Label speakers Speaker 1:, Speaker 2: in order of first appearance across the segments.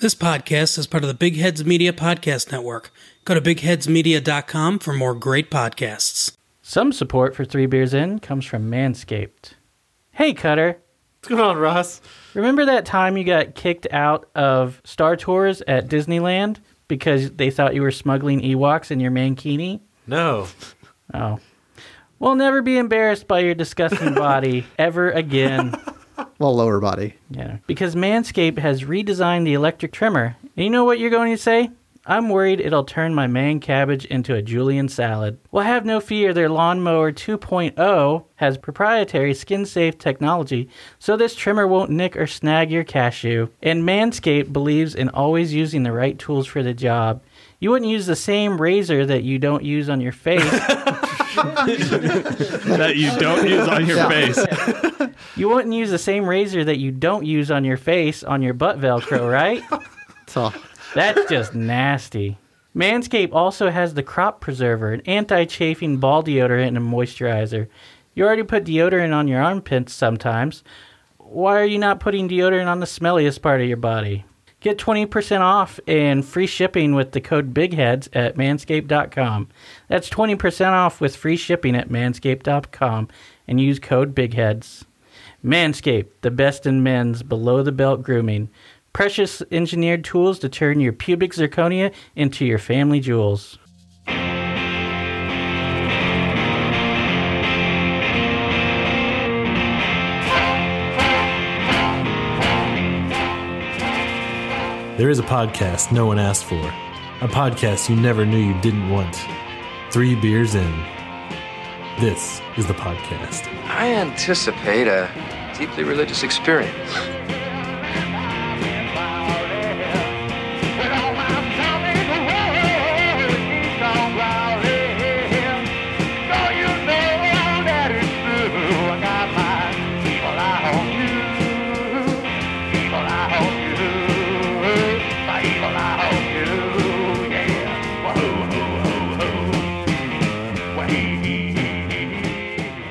Speaker 1: This podcast is part of the Big Heads Media Podcast Network. Go to bigheadsmedia.com for more great podcasts.
Speaker 2: Some support for Three Beers In comes from Manscaped. Hey, Cutter.
Speaker 3: What's going on, Ross?
Speaker 2: Remember that time you got kicked out of Star Tours at Disneyland because they thought you were smuggling Ewoks in your mankini?
Speaker 3: No.
Speaker 2: Oh. We'll never be embarrassed by your disgusting body ever again.
Speaker 4: Well, lower body.
Speaker 2: Yeah. Because Manscaped has redesigned the electric trimmer. And you know what you're going to say? I'm worried it'll turn my man cabbage into a Julian salad. Well, have no fear, their lawnmower 2.0 has proprietary skin safe technology, so this trimmer won't nick or snag your cashew. And Manscaped believes in always using the right tools for the job. You wouldn't use the same razor that you don't use on your face.
Speaker 5: that you don't use on your face.
Speaker 2: you wouldn't use the same razor that you don't use on your face on your butt Velcro, right?
Speaker 4: So,
Speaker 2: That's just nasty. Manscaped also has the crop preserver, an anti chafing ball deodorant, and a moisturizer. You already put deodorant on your armpits sometimes. Why are you not putting deodorant on the smelliest part of your body? Get 20% off and free shipping with the code BIGHEADS at manscaped.com. That's 20% off with free shipping at manscaped.com and use code BIGHEADS. Manscaped, the best in men's below the belt grooming. Precious engineered tools to turn your pubic zirconia into your family jewels.
Speaker 3: There is a podcast no one asked for, a podcast you never knew you didn't want. Three beers in. This is the podcast.
Speaker 6: I anticipate a deeply religious experience.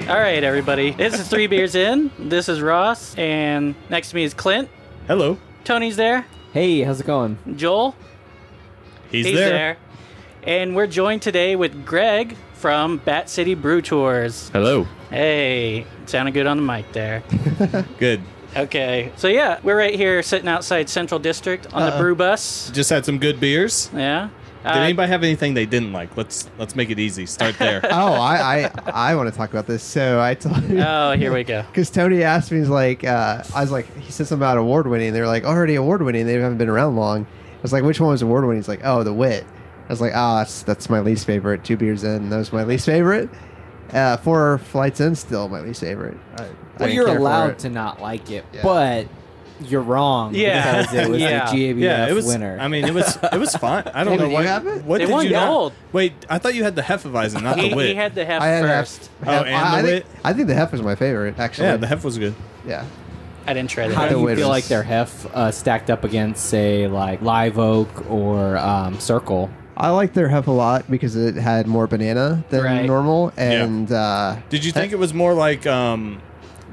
Speaker 2: All right, everybody. This is Three Beers In. This is Ross, and next to me is Clint.
Speaker 5: Hello.
Speaker 2: Tony's there.
Speaker 7: Hey, how's it going?
Speaker 2: Joel,
Speaker 5: He's,
Speaker 2: he's
Speaker 5: there.
Speaker 2: there. And we're joined today with Greg from Bat City Brew Tours.
Speaker 5: Hello.
Speaker 2: Hey, sounded good on the mic there.
Speaker 5: Good.
Speaker 2: Okay. So, yeah, we're right here sitting outside Central District on the brew bus.
Speaker 5: Just had some good beers. Uh-uh. Did
Speaker 2: Yeah. Uh,
Speaker 5: anybody have anything they didn't like? Let's let's make it easy. Start there.
Speaker 4: oh, I I, I want to talk about this. So I told
Speaker 2: oh, here we go.
Speaker 4: because Tony asked me, he's like, uh, I was like, he said something about award winning. They're like, already award winning. They haven't been around long. I was like, which one was award winning? He's like, oh, The Wit. I was like, ah, that's, that's my least favorite. Two beers in, that was my least favorite. Uh, four flights in, still my least favorite. I, I
Speaker 7: Well,
Speaker 4: didn't
Speaker 7: you're
Speaker 4: care for
Speaker 7: allowed
Speaker 4: it.
Speaker 7: to not like it,
Speaker 4: Yeah.
Speaker 7: but you're wrong.
Speaker 2: Yeah.
Speaker 7: because it was
Speaker 2: Yeah.
Speaker 7: the GABF
Speaker 5: yeah, it was.
Speaker 7: winner.
Speaker 5: I mean, it was it was fine. I don't
Speaker 4: Hey,
Speaker 5: know
Speaker 4: did you
Speaker 5: why.
Speaker 4: have it?
Speaker 5: What
Speaker 2: They
Speaker 5: did
Speaker 2: won
Speaker 5: you not-
Speaker 2: gold.
Speaker 5: Wait, I thought you had the Hefeweizen, not
Speaker 2: He,
Speaker 5: the wit.
Speaker 2: he had the hef
Speaker 4: I had
Speaker 2: first.
Speaker 4: Hef,
Speaker 5: Oh,
Speaker 4: Hef-
Speaker 5: and
Speaker 4: I,
Speaker 5: The
Speaker 4: I
Speaker 5: Wit?
Speaker 4: think, I think the Hef was my favorite, actually.
Speaker 5: yeah, the Hef was good.
Speaker 4: yeah.
Speaker 2: I didn't try
Speaker 7: How
Speaker 2: that.
Speaker 4: the
Speaker 7: do you
Speaker 4: winner
Speaker 7: feel
Speaker 4: was-
Speaker 7: like their hef uh, stacked up against, say, like Live Oak or um, Circle?
Speaker 4: I like their Hef a lot because it had more banana than
Speaker 2: Right.
Speaker 4: normal. And uh,
Speaker 5: Did you think it was more like um,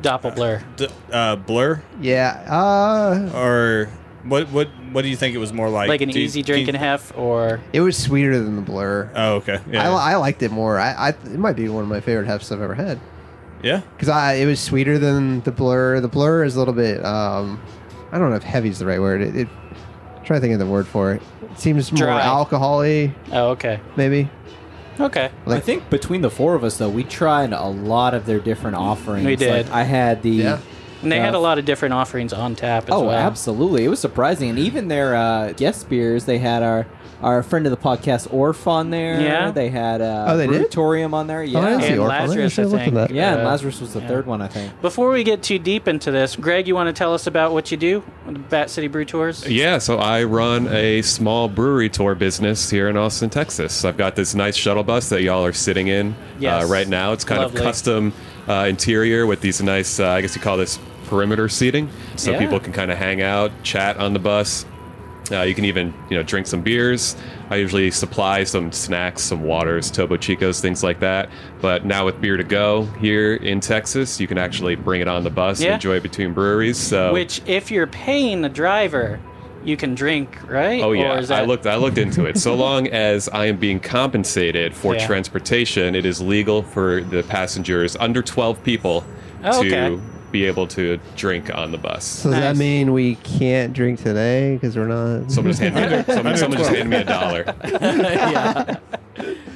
Speaker 2: Doppelblur.
Speaker 5: d- uh, Blur
Speaker 4: yeah, uh,
Speaker 5: or what? What? What do you think it was more like?
Speaker 2: Like an
Speaker 5: Do you-
Speaker 2: easy
Speaker 5: do you-
Speaker 2: drinking hef or
Speaker 4: it was sweeter than the blur.
Speaker 5: Oh, okay. Yeah.
Speaker 4: I, I liked it more. I, I it might be one of my favorite hefts I've ever had
Speaker 5: yeah.
Speaker 4: because I it was sweeter than the blur. The blur is a little bit um, I don't know if heavy is the right word. It, it try to think of the word for it. It seems more
Speaker 2: Dry.
Speaker 4: alcoholy,
Speaker 2: Oh, okay.
Speaker 4: maybe.
Speaker 2: Okay.
Speaker 4: Like-
Speaker 7: I think between the four of us, though, we tried a lot of their different offerings.
Speaker 2: We did.
Speaker 7: Like, I had the.
Speaker 4: Yeah.
Speaker 2: And they had a
Speaker 7: uh,
Speaker 2: lot of different offerings on tap as
Speaker 7: Oh,
Speaker 2: well.
Speaker 7: absolutely! It was surprising, and even their uh, guest beers. They had our our friend of the podcast Orf on there.
Speaker 2: Yeah.
Speaker 7: they had uh,
Speaker 4: Oh, they did?
Speaker 7: Brutorium on there. Yeah,
Speaker 4: Oh, I didn't see
Speaker 2: And
Speaker 4: Orphan. I
Speaker 2: Lazarus,
Speaker 4: should've
Speaker 2: I
Speaker 4: looked at
Speaker 2: think.
Speaker 4: that.
Speaker 7: yeah. and
Speaker 2: Uh,
Speaker 7: Lazarus was the third one, I think.
Speaker 2: Before we get too deep into this, Greg, you want to tell us about what you do with Bat City Brew Tours?
Speaker 8: Yeah, so I run a small brewery tour business here in Austin, Texas. I've got this nice shuttle bus that y'all are sitting in
Speaker 2: Yes.
Speaker 8: uh, right now. It's kind
Speaker 2: Lovely.
Speaker 8: of custom uh, interior with these nice, uh, I guess you call this perimeter seating, so
Speaker 2: Yeah.
Speaker 8: people can kind of hang out, chat on the bus. Uh, you can even, you know, drink some beers. I usually supply some snacks, some waters, Tobo Chicos, things like that. But now with beer to go here in Texas, you can actually bring it on the bus,
Speaker 2: Yeah.
Speaker 8: and enjoy it between breweries. So
Speaker 2: Which, if you're paying the driver, you can drink, right?
Speaker 8: Oh
Speaker 2: Or
Speaker 8: yeah,
Speaker 2: is that-
Speaker 8: I looked. I looked into it. So long as I am being compensated for
Speaker 2: Yeah.
Speaker 8: transportation, it is legal for the passengers under 12 people
Speaker 2: Oh,
Speaker 8: to
Speaker 2: okay.
Speaker 8: be able to drink on the bus.
Speaker 4: So does that
Speaker 2: Nice.
Speaker 4: mean we can't drink today because we're not?
Speaker 8: Someone just handed me, someone, someone just
Speaker 5: 12.
Speaker 8: handed me a dollar.
Speaker 7: yeah.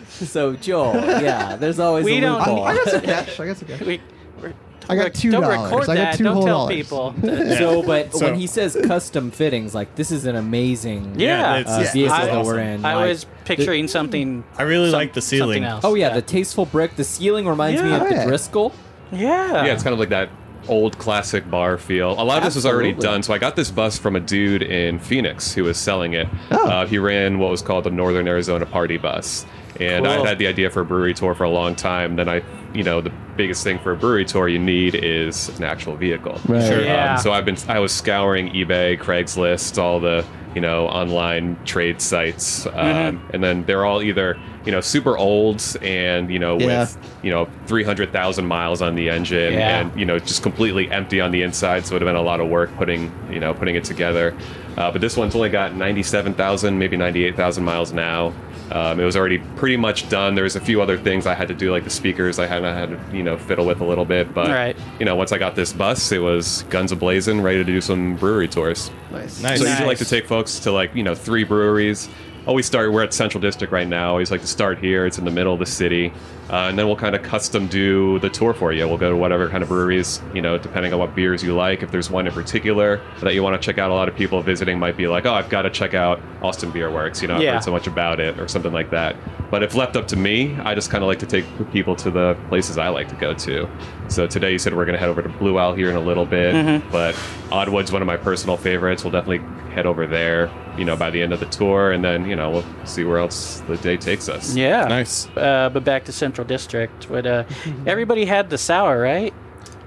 Speaker 7: So Joel, yeah, there's always
Speaker 2: We
Speaker 7: a
Speaker 2: don't-
Speaker 4: I,
Speaker 7: loophole.
Speaker 4: I got some cash. I got some cash.
Speaker 2: We, we're-
Speaker 4: I got
Speaker 2: rec-
Speaker 4: two
Speaker 2: Don't
Speaker 4: dollars.
Speaker 2: record
Speaker 4: I got
Speaker 2: that.
Speaker 4: two
Speaker 2: don't
Speaker 4: whole
Speaker 2: tell
Speaker 4: dollars.
Speaker 2: people.
Speaker 7: So, but
Speaker 5: So-
Speaker 7: when he says custom fittings, like this is an amazing
Speaker 2: Yeah.
Speaker 5: it's-
Speaker 7: uh,
Speaker 5: it's
Speaker 7: vehicle
Speaker 2: I-
Speaker 7: that
Speaker 5: awesome.
Speaker 7: we're in.
Speaker 2: I
Speaker 7: like-
Speaker 2: was picturing something.
Speaker 5: I really
Speaker 2: some-
Speaker 5: like the ceiling.
Speaker 2: Something else.
Speaker 7: Oh yeah, the tasteful brick. The ceiling reminds me
Speaker 2: Yeah.
Speaker 7: of
Speaker 4: Oh, Yeah.
Speaker 7: the Driscoll.
Speaker 2: Yeah.
Speaker 8: Yeah, it's kind of like that old classic bar feel. A lot of this was already
Speaker 7: Absolutely.
Speaker 8: done, so I got this bus from a dude in Phoenix who was selling it.
Speaker 4: Oh.
Speaker 8: Uh, he ran what was called the Northern Arizona Party Bus, and
Speaker 2: Cool.
Speaker 8: I've had the idea for a brewery tour for a long time. Then I, you know, the biggest thing for a brewery tour you need is an actual vehicle.
Speaker 4: Right. Sure.
Speaker 2: Yeah.
Speaker 8: Um, so I've been I was scouring eBay, Craigslist, all the you know online trade sites, um, and then they're all either you know super old and you know
Speaker 4: Yeah.
Speaker 8: with you know three hundred thousand miles on the engine
Speaker 2: Yeah.
Speaker 8: and you know just completely empty on the inside. So it would have been a lot of work putting you know putting it together. Uh, but this one's only got ninety seven thousand, maybe ninety eight thousand miles now. Um, it was already pretty much done. There was a few other things I had to do, like the speakers. I had I had to you know fiddle with a little bit, but
Speaker 2: Right.
Speaker 8: you know, once I got this bus, it was guns ablazing, ready to do some brewery tours.
Speaker 4: Nice.
Speaker 5: Nice.
Speaker 8: So I usually like
Speaker 2: Nice.
Speaker 8: to take folks to like you know three breweries. Always start. We're at Central District right now. Always like to start here. It's in the middle of the city, uh, and then we'll kind of custom do the tour for you. We'll go to whatever kind of breweries you know, depending on what beers you like. If there's one in particular that you want to check out, a lot of people visiting might be like, "Oh, I've got to check out Austin Beer Works." You know, I've
Speaker 2: Yeah.
Speaker 8: heard so much about it, or something like that. But if left up to me, I just kind of like to take people to the places I like to go to. So today you said we're going to head over to Blue Owl here in a little bit,
Speaker 2: Mm-hmm.
Speaker 8: but Oddwood's one of my personal favorites. We'll definitely head over there, you know, by the end of the tour, and then you know we'll see where else the day takes us.
Speaker 2: Yeah.
Speaker 5: Nice.
Speaker 2: Uh, but back to Central District. But uh, everybody had the sour, right?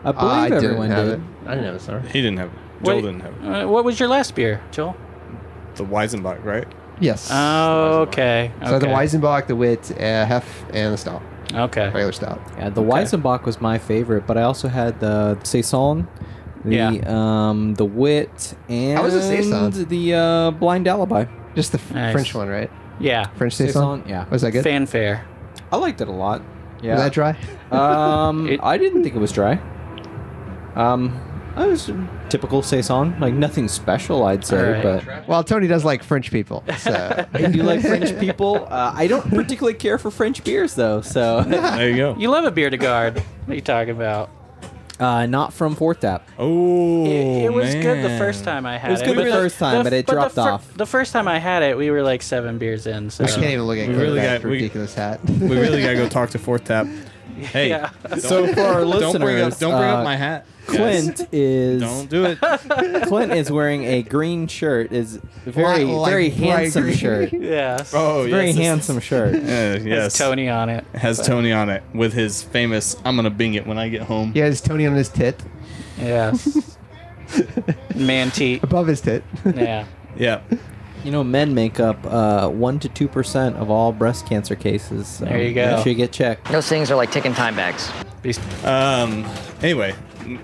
Speaker 7: I
Speaker 4: I
Speaker 7: believe
Speaker 4: didn't
Speaker 7: everyone
Speaker 4: have
Speaker 7: did.
Speaker 4: it. I didn't have it. Sorry.
Speaker 5: He didn't have it. Joel
Speaker 2: What-
Speaker 5: didn't have it.
Speaker 2: Uh, what was your last beer, Joel?
Speaker 5: The Weisenbach, right?
Speaker 4: Yes.
Speaker 2: Oh, okay.
Speaker 4: so the
Speaker 2: okay.
Speaker 4: Weisenbach, the Wit, uh, Hef, and the Stout,
Speaker 2: Okay.
Speaker 4: regular Stout.
Speaker 7: Yeah, the Weizenbach was my favorite, but I also had the Saison, the
Speaker 2: Yeah.
Speaker 7: um, the Wit, and
Speaker 4: was the Saison?
Speaker 7: the uh, Blind Alibi.
Speaker 4: Just the f-
Speaker 2: Nice.
Speaker 4: French one, right?
Speaker 2: Yeah.
Speaker 4: French saison.
Speaker 7: Saison, yeah.
Speaker 4: Was that good?
Speaker 2: Fanfare.
Speaker 7: I liked it a lot. Yeah.
Speaker 4: Was that dry?
Speaker 7: Um,
Speaker 2: It-
Speaker 7: I didn't think it was dry. Um, I was typical saison, like nothing special, I'd say.
Speaker 2: Alright.
Speaker 7: But
Speaker 4: Well, Tony does like French people, so
Speaker 7: I do like French people. Uh, I don't particularly care for French beers though, so
Speaker 5: There you go.
Speaker 2: You love a beer to guard. what are you talking about?
Speaker 7: uh, not from Fourth Tap.
Speaker 5: Oh,
Speaker 2: It, it was good the
Speaker 5: man.
Speaker 2: first time I had it.
Speaker 7: was good
Speaker 2: We
Speaker 7: the
Speaker 2: were-
Speaker 7: first time, but it
Speaker 2: the
Speaker 7: dropped
Speaker 2: fir-
Speaker 7: off.
Speaker 2: The first time I had it, we were like seven beers in. So.
Speaker 4: we can't even look at
Speaker 5: We
Speaker 4: Claire
Speaker 5: really
Speaker 4: with
Speaker 5: got-
Speaker 4: that
Speaker 5: we-
Speaker 4: ridiculous hat.
Speaker 5: We really gotta go talk to Fourth Tap. Hey,
Speaker 2: Yeah.
Speaker 7: So for our listeners,
Speaker 5: don't bring up, don't bring
Speaker 7: uh,
Speaker 5: up my hat. guys.
Speaker 7: Clint is
Speaker 5: don't do it.
Speaker 7: Clint is wearing a green shirt. Is very
Speaker 4: Like- like
Speaker 7: very
Speaker 4: bright
Speaker 7: handsome
Speaker 4: green.
Speaker 7: shirt.
Speaker 2: Yes.
Speaker 5: Oh,
Speaker 7: Very
Speaker 5: yes, this-
Speaker 7: handsome shirt.
Speaker 5: Uh, yes,
Speaker 2: It's Tony on it.
Speaker 5: has Tony on it with his famous "I'm gonna bing it when I get home."
Speaker 4: He has Tony on his tit,
Speaker 2: Yes. Manteat.
Speaker 4: above his tit.
Speaker 2: Yeah.
Speaker 5: Yeah.
Speaker 7: You know, men make up uh, one to two percent of all breast cancer cases. So
Speaker 2: There you go.
Speaker 7: Make sure you get checked.
Speaker 9: Those things are like ticking time bags.
Speaker 2: These-
Speaker 5: Um. Anyway,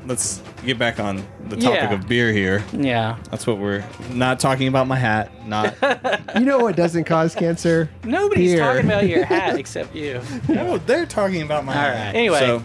Speaker 5: let's get back on the topic
Speaker 2: Yeah.
Speaker 5: of beer here.
Speaker 2: Yeah.
Speaker 5: That's what we're not talking about. My hat. Not.
Speaker 4: you know what doesn't cause cancer?
Speaker 2: Nobody's
Speaker 4: Beer.
Speaker 2: talking about your hat except you.
Speaker 5: no, they're talking about my
Speaker 2: All
Speaker 5: hat.
Speaker 2: right. Anyway,
Speaker 5: so,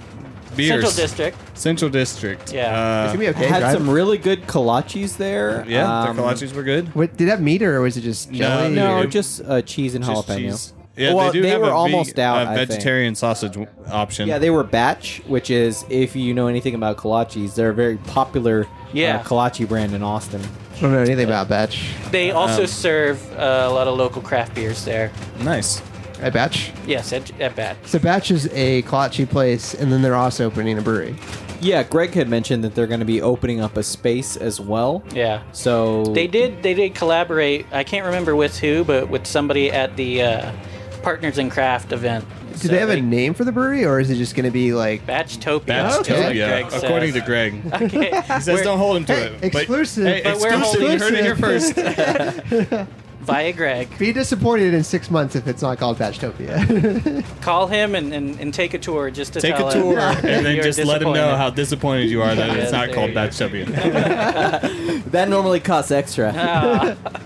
Speaker 5: beers.
Speaker 2: Central District.
Speaker 5: Central District.
Speaker 2: Yeah.
Speaker 5: Uh,
Speaker 4: Should we have
Speaker 7: I had
Speaker 4: drive?
Speaker 7: some really good kolaches there.
Speaker 5: yeah.
Speaker 7: Um,
Speaker 5: their kolaches were good.
Speaker 4: What, did that meet her, or was it just
Speaker 5: No,
Speaker 4: jelly?
Speaker 7: No,
Speaker 5: Dude.
Speaker 7: just uh, cheese and
Speaker 5: Just
Speaker 7: jalapeno.
Speaker 5: cheese. Yeah,
Speaker 7: Well,
Speaker 5: they do
Speaker 7: they
Speaker 5: have
Speaker 7: were
Speaker 5: a veg-
Speaker 7: almost out,
Speaker 5: a
Speaker 7: I think.
Speaker 5: vegetarian sausage w- option.
Speaker 7: Yeah, they were batch, which is if you know anything about kolaches, they're a very popular
Speaker 2: Yeah.
Speaker 7: uh, kolache brand in Austin.
Speaker 4: I don't know anything about batch.
Speaker 2: They also
Speaker 5: Um,
Speaker 2: serve uh, a lot of local craft beers there.
Speaker 5: nice.
Speaker 4: A batch.
Speaker 2: Yes, at, at bat.
Speaker 4: So batch is a kolache place, and then they're also opening a brewery.
Speaker 7: Yeah, Greg had mentioned that they're going to be opening up a space as well.
Speaker 2: Yeah.
Speaker 7: So
Speaker 2: They did. They did collaborate. I can't remember with who, but with somebody at the uh, Partners in Craft event.
Speaker 4: Do they have a name for the brewery, or is it just going to be like
Speaker 2: Batch Topia?
Speaker 5: That's
Speaker 4: Okay.
Speaker 5: totally according to Greg. He
Speaker 2: Okay.
Speaker 5: says
Speaker 2: we're-
Speaker 5: don't hold him to
Speaker 4: Hey,
Speaker 5: it.
Speaker 4: exclusive.
Speaker 5: But, hey,
Speaker 2: But we're
Speaker 5: exclusive. You heard it here first.
Speaker 2: Buy a Greg.
Speaker 4: Be disappointed in six months if it's not called Patchtopia.
Speaker 2: Call him and, and, and take a tour just to
Speaker 5: Take
Speaker 2: tell
Speaker 5: a tour
Speaker 2: him that
Speaker 5: and then
Speaker 2: you're
Speaker 5: just let him know
Speaker 2: disappointed.
Speaker 5: how disappointed you are that
Speaker 2: Yeah,
Speaker 5: it's not
Speaker 2: there
Speaker 5: called
Speaker 2: you go.
Speaker 5: Batch W.
Speaker 7: That normally costs extra.
Speaker 5: Uh.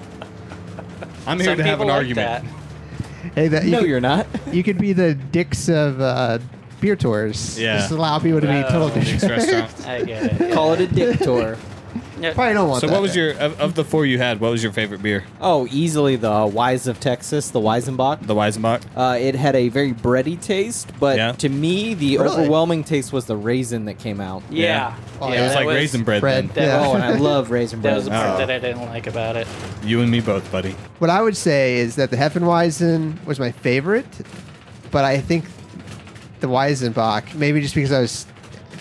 Speaker 5: I'm here
Speaker 2: Ah, Some
Speaker 5: to have
Speaker 2: people
Speaker 5: an
Speaker 2: like
Speaker 5: argument.
Speaker 4: hey, that you,
Speaker 7: no,
Speaker 4: could,
Speaker 7: you're not.
Speaker 4: you could be the dicks of uh, beer tours.
Speaker 5: Yeah. Uh,
Speaker 4: Just allow people to be total
Speaker 2: Oh.
Speaker 4: dicks.
Speaker 5: Dick's Restaurant.
Speaker 2: that. I get it.
Speaker 7: Call it a dick tour.
Speaker 2: Yeah.
Speaker 4: Probably don't want
Speaker 5: So
Speaker 4: that.
Speaker 5: what was your of, of the four you had? What was your favorite beer?
Speaker 7: Oh, easily the Wise of Texas, the Weisenbach.
Speaker 5: The Weizenbach.
Speaker 7: Uh, it had a very bready taste, but
Speaker 5: Yeah.
Speaker 7: to me, the
Speaker 4: Really?
Speaker 7: overwhelming taste was the raisin that came out.
Speaker 2: Yeah.
Speaker 4: Oh,
Speaker 2: yeah.
Speaker 4: it
Speaker 5: it was
Speaker 2: that
Speaker 5: like raisin bread.
Speaker 4: bread?
Speaker 5: then.
Speaker 2: That
Speaker 4: Yeah.
Speaker 7: Oh, and I love raisin
Speaker 2: That
Speaker 7: bread.
Speaker 2: was the part
Speaker 5: Oh.
Speaker 2: that I didn't like about it.
Speaker 5: You and me both, buddy.
Speaker 4: What I would say is that the Heffenweisen was my favorite, but I think the Weisenbach, maybe just because I was,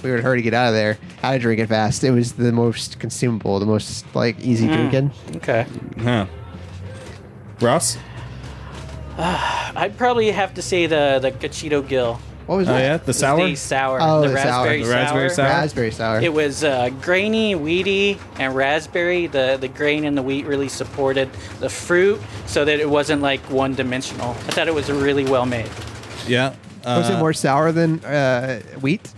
Speaker 4: we were in a hurry to get out of there, I had to drink it fast. It was the most consumable, the most like easy drinking.
Speaker 2: Okay.
Speaker 5: Huh. Ross?
Speaker 2: I'd probably have to say the the Cachito Gill.
Speaker 4: What was
Speaker 5: Oh
Speaker 4: that?
Speaker 5: yeah, the sour.
Speaker 2: The sour.
Speaker 4: Oh,
Speaker 2: the,
Speaker 4: the sour.
Speaker 2: raspberry
Speaker 5: The raspberry sour.
Speaker 4: Raspberry sour.
Speaker 2: It was uh, grainy, weedy, and raspberry. The the grain and the wheat really supported the fruit, so that it wasn't like one dimensional. I thought it was really well made.
Speaker 5: Yeah. Uh,
Speaker 4: was it more sour than uh, wheat?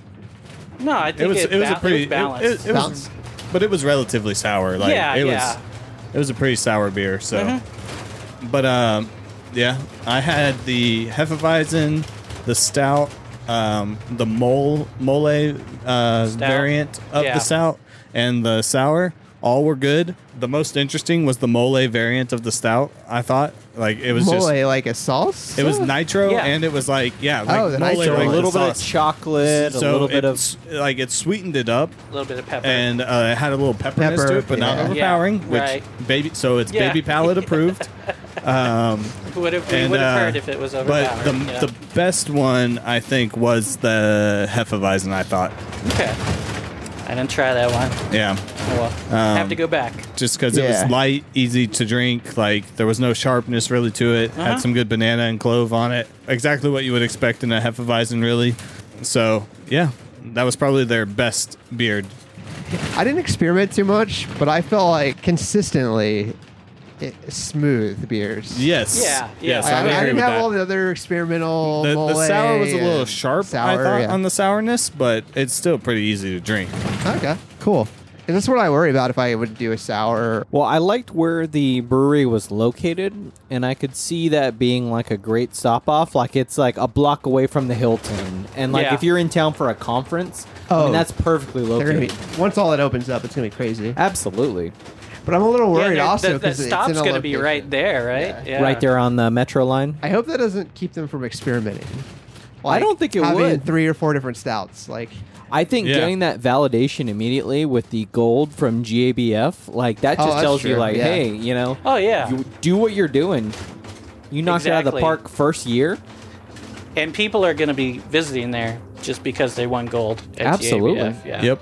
Speaker 2: No, I think
Speaker 5: It
Speaker 2: it
Speaker 5: was. It was a
Speaker 2: ba-
Speaker 5: pretty.
Speaker 2: it was balanced.
Speaker 5: It, it, it was,
Speaker 4: Balanced.
Speaker 5: but it was relatively sour. Like
Speaker 2: Yeah,
Speaker 5: it
Speaker 2: yeah. Mm-hmm.
Speaker 5: was. It was a pretty sour beer. So, but um, yeah, I had the hefeweizen, the stout, um, the mole mole uh, variant of
Speaker 2: Yeah.
Speaker 5: the stout, and the sour. All were good. The most interesting was the mole variant of the stout. I thought like it was
Speaker 4: Mole,
Speaker 5: just.
Speaker 4: like a sauce?
Speaker 5: It was nitro,
Speaker 2: Yeah.
Speaker 5: and it was like yeah, like
Speaker 4: Oh, the
Speaker 5: mole,
Speaker 4: nitro.
Speaker 5: like
Speaker 4: So
Speaker 7: a
Speaker 5: the
Speaker 7: little bit of
Speaker 5: sauce.
Speaker 7: chocolate, a little bit of
Speaker 5: it's- like it sweetened it up
Speaker 2: a little bit of pepper.
Speaker 5: and uh, it had a little pepperiness
Speaker 4: Pepper,
Speaker 5: to it, but not
Speaker 4: yeah.
Speaker 5: overpowering.
Speaker 2: Yeah,
Speaker 5: which
Speaker 2: right.
Speaker 5: baby, so it's
Speaker 2: Yeah.
Speaker 5: baby palate approved.
Speaker 2: would have, we
Speaker 5: and,
Speaker 2: would have
Speaker 5: uh,
Speaker 2: heard if it was over.
Speaker 5: but the,
Speaker 2: yeah.
Speaker 5: the best one I think was the hefeweizen. I thought,
Speaker 2: okay. I didn't try that one.
Speaker 5: yeah,
Speaker 2: Oh, well,
Speaker 5: Um,
Speaker 2: have to go back.
Speaker 5: just because it
Speaker 4: Yeah.
Speaker 5: was light, easy to drink. Like there was no sharpness really to it.
Speaker 2: Uh-huh.
Speaker 5: Had some good banana and clove on it. Exactly what you would expect in a hefeweizen, really. So yeah, that was probably their best beer.
Speaker 4: I didn't experiment too much, but I felt like consistently it, smooth beers.
Speaker 5: Yes.
Speaker 2: Yeah, yeah.
Speaker 5: Yes.
Speaker 4: I,
Speaker 5: I,
Speaker 4: I
Speaker 5: would agree
Speaker 4: didn't
Speaker 5: with
Speaker 4: have
Speaker 5: that.
Speaker 4: all the other experimental.
Speaker 5: the, the
Speaker 4: mole
Speaker 5: sour was a little
Speaker 4: and
Speaker 5: sharp
Speaker 4: sour,
Speaker 5: I thought
Speaker 4: yeah.
Speaker 5: on the sourness, but it's still pretty easy to drink.
Speaker 4: Okay, cool. And that's what I worry about if I would do a sour.
Speaker 7: Well, I liked where the brewery was located, and I could see that being like a great stop off. Like it's like a block away from the Hilton, and like
Speaker 2: Yeah.
Speaker 7: if you're in town for a conference, I
Speaker 4: Oh.
Speaker 7: mean, that's perfectly
Speaker 4: They're gonna
Speaker 7: located.
Speaker 4: be once all that opens up, it's gonna be crazy.
Speaker 5: Uh,
Speaker 7: Absolutely,
Speaker 4: But I'm a little worried
Speaker 2: yeah,
Speaker 4: also
Speaker 2: the,
Speaker 4: because
Speaker 2: the
Speaker 4: it's
Speaker 2: stop's
Speaker 4: in a
Speaker 2: going to be
Speaker 4: location.
Speaker 2: right there, right? Yeah.
Speaker 7: right there on the metro line.
Speaker 4: I hope that doesn't keep them from experimenting.
Speaker 7: I don't think it
Speaker 4: having
Speaker 7: would.
Speaker 4: Three or four different stouts, like
Speaker 7: I think
Speaker 5: Yeah.
Speaker 7: getting that validation immediately with the gold from GABF, like that
Speaker 4: Oh,
Speaker 7: just
Speaker 4: that's
Speaker 7: tells you,
Speaker 4: true,
Speaker 7: like,
Speaker 4: yeah.
Speaker 7: hey, you know,
Speaker 2: Oh yeah.
Speaker 7: you do what you're doing. You knocked it out of the
Speaker 2: Exactly.
Speaker 7: park first year.
Speaker 2: and people are going to be visiting there just because they won gold. At
Speaker 7: Absolutely.
Speaker 2: GABF, Yeah.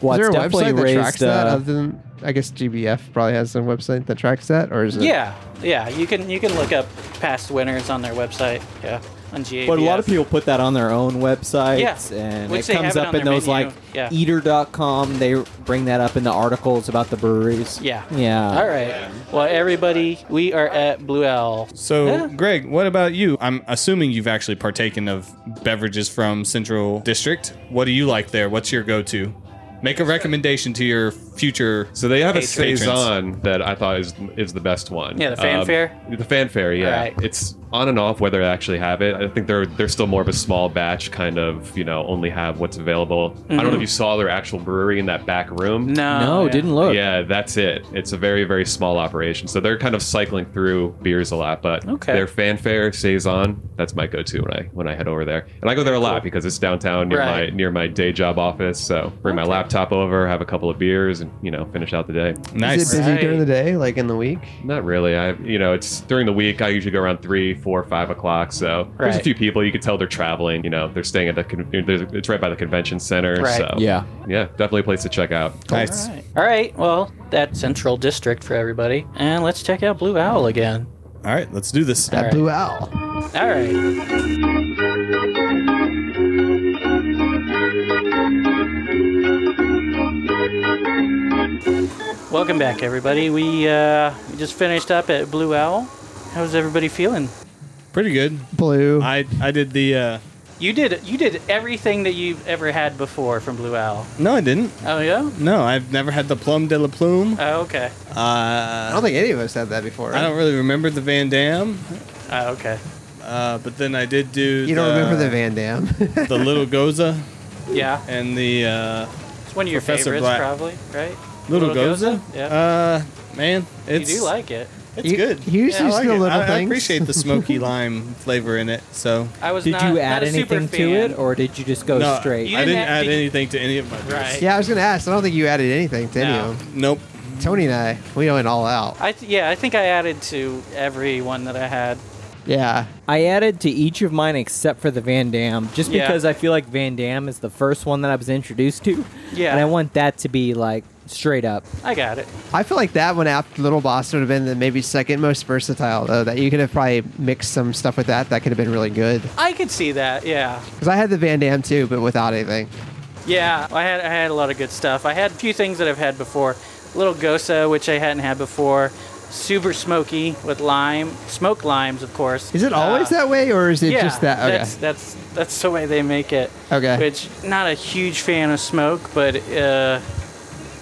Speaker 7: Well,
Speaker 4: is there
Speaker 7: it's
Speaker 4: a
Speaker 7: definitely
Speaker 4: website that
Speaker 7: raised.
Speaker 4: tracks that?
Speaker 7: uh,
Speaker 4: Other than I guess GBF probably has some website that tracks that, or is it?
Speaker 2: Yeah, yeah. You can you can look up past winners on their website. Yeah, on GABF.
Speaker 7: But a lot of people put that on their own websites,
Speaker 2: Yeah.
Speaker 7: and
Speaker 2: Which
Speaker 7: it
Speaker 2: they
Speaker 7: comes
Speaker 2: have it
Speaker 7: up
Speaker 2: on
Speaker 7: in
Speaker 2: their
Speaker 7: those
Speaker 2: menu.
Speaker 7: like
Speaker 2: Yeah.
Speaker 7: eater.com. They bring that up in the articles about the breweries.
Speaker 2: Yeah.
Speaker 7: Yeah.
Speaker 2: All right. Well, everybody, we are at Blue Owl.
Speaker 5: So,
Speaker 2: Yeah.
Speaker 5: Greg, what about you? I'm assuming you've actually partaken of beverages from Central District. What do you like there? What's your go-to? Make a recommendation to your future.
Speaker 8: So they have a
Speaker 2: Patrons.
Speaker 8: saison that I thought is is the best one.
Speaker 2: Yeah, the
Speaker 8: Um,
Speaker 2: fanfare?
Speaker 8: the fanfare, yeah.
Speaker 2: Right.
Speaker 8: It's on and off whether I actually have it. I think they're they're still more of a small batch kind of, you know, only have what's available. I don't know if you saw their actual brewery in that back room.
Speaker 2: Mm-hmm. No,
Speaker 7: No,
Speaker 2: Oh, yeah.
Speaker 7: didn't look.
Speaker 8: Yeah, that's it. It's a very very small operation. So they're kind of cycling through beers a lot, but
Speaker 2: Okay.
Speaker 8: their fanfare saison that's my go-to when I when I head over there. And I go there a lot because it's downtown near
Speaker 2: Right.
Speaker 8: my near my day job office. So bring my laptop over, have a couple of beers, and you know finish out the day.
Speaker 5: Nice.
Speaker 4: Is it busy
Speaker 2: Right.
Speaker 4: during the day, like in the week?
Speaker 8: Not really. I, you know, it's during the week. I usually go around three, four, five o'clock. So there's a
Speaker 2: Right.
Speaker 8: few people. You could tell they're traveling. You know, they're staying at the. Con- there's- it's right by the convention center.
Speaker 2: Right.
Speaker 8: So
Speaker 7: Yeah.
Speaker 8: yeah, definitely a place to check out.
Speaker 5: Nice.
Speaker 2: All right. All right. Well, that's Central District for everybody, and let's check out Blue Owl again.
Speaker 5: All right, let's do this.
Speaker 4: That
Speaker 2: right.
Speaker 4: Blue Owl.
Speaker 2: All right. Welcome back, everybody. We uh, we just finished up at Blue Owl. How's everybody feeling?
Speaker 5: Pretty good.
Speaker 4: Blue.
Speaker 5: I I did the. Uh,
Speaker 2: You did you did everything that you've ever had before from Blue Owl.
Speaker 5: no, I didn't.
Speaker 2: Oh yeah.
Speaker 5: No, I've never had the plum de la plume.
Speaker 2: Oh okay.
Speaker 4: I don't think any of us had that before.
Speaker 5: Uh, I don't really remember the Van Dam,
Speaker 2: Oh okay.
Speaker 5: uh, but then I did do.
Speaker 4: you don't remember
Speaker 5: uh,
Speaker 4: the Van Dam?
Speaker 5: the the little Goza
Speaker 2: Yeah,
Speaker 5: and the uh,
Speaker 2: it's one of your
Speaker 5: Professor
Speaker 2: favorites,
Speaker 5: Black.
Speaker 2: probably, right?
Speaker 5: little, Goza.
Speaker 2: Yeah.
Speaker 5: Uh, man,
Speaker 2: you
Speaker 5: it's
Speaker 2: do like it.
Speaker 5: it's
Speaker 4: You-
Speaker 5: good.
Speaker 4: you usually
Speaker 5: I like
Speaker 4: steal
Speaker 5: it.
Speaker 4: little
Speaker 5: I, I
Speaker 4: things.
Speaker 5: appreciate the smoky lime flavor in it. So
Speaker 2: I was
Speaker 7: Did
Speaker 2: not,
Speaker 7: you
Speaker 2: not
Speaker 7: add
Speaker 2: a super
Speaker 7: anything to
Speaker 2: fan.
Speaker 7: it, or did you just go
Speaker 5: no,
Speaker 7: straight?
Speaker 2: You
Speaker 5: I
Speaker 2: didn't
Speaker 5: didn't
Speaker 2: have-
Speaker 5: add
Speaker 2: did you-
Speaker 5: anything to any of my beers.
Speaker 2: Right.
Speaker 4: yeah, I was gonna ask. I don't think you added anything to any
Speaker 2: No.
Speaker 4: of them.
Speaker 5: Nope.
Speaker 4: Tony and I, we went all out.
Speaker 2: I th- yeah, I think I added to every one that I had.
Speaker 4: Yeah,
Speaker 7: I added to each of mine except for the Van Dam, just
Speaker 2: Yeah.
Speaker 7: because I feel like Van Dam is the first one that I was introduced to.
Speaker 2: Yeah.
Speaker 7: And I want that to be like straight up.
Speaker 2: I got it.
Speaker 4: I feel like that one after Little Boss would have been the maybe second most versatile though. That you could have probably mixed some stuff with that. That could have been really good.
Speaker 2: I could see that. Yeah,
Speaker 4: Because I had the Van Dam too, but without anything.
Speaker 2: yeah. I had I had a lot of good stuff. I had a few things that I've had before. Little gosa, which I hadn't had before. Super smoky with lime, smoked limes, of course.
Speaker 4: Is it always
Speaker 2: Uh,
Speaker 4: that way, or is it
Speaker 2: yeah,
Speaker 4: just that? Okay.
Speaker 2: That's, that's that's the way they make it.
Speaker 4: Okay.
Speaker 2: Which not a huge fan of smoke, but uh,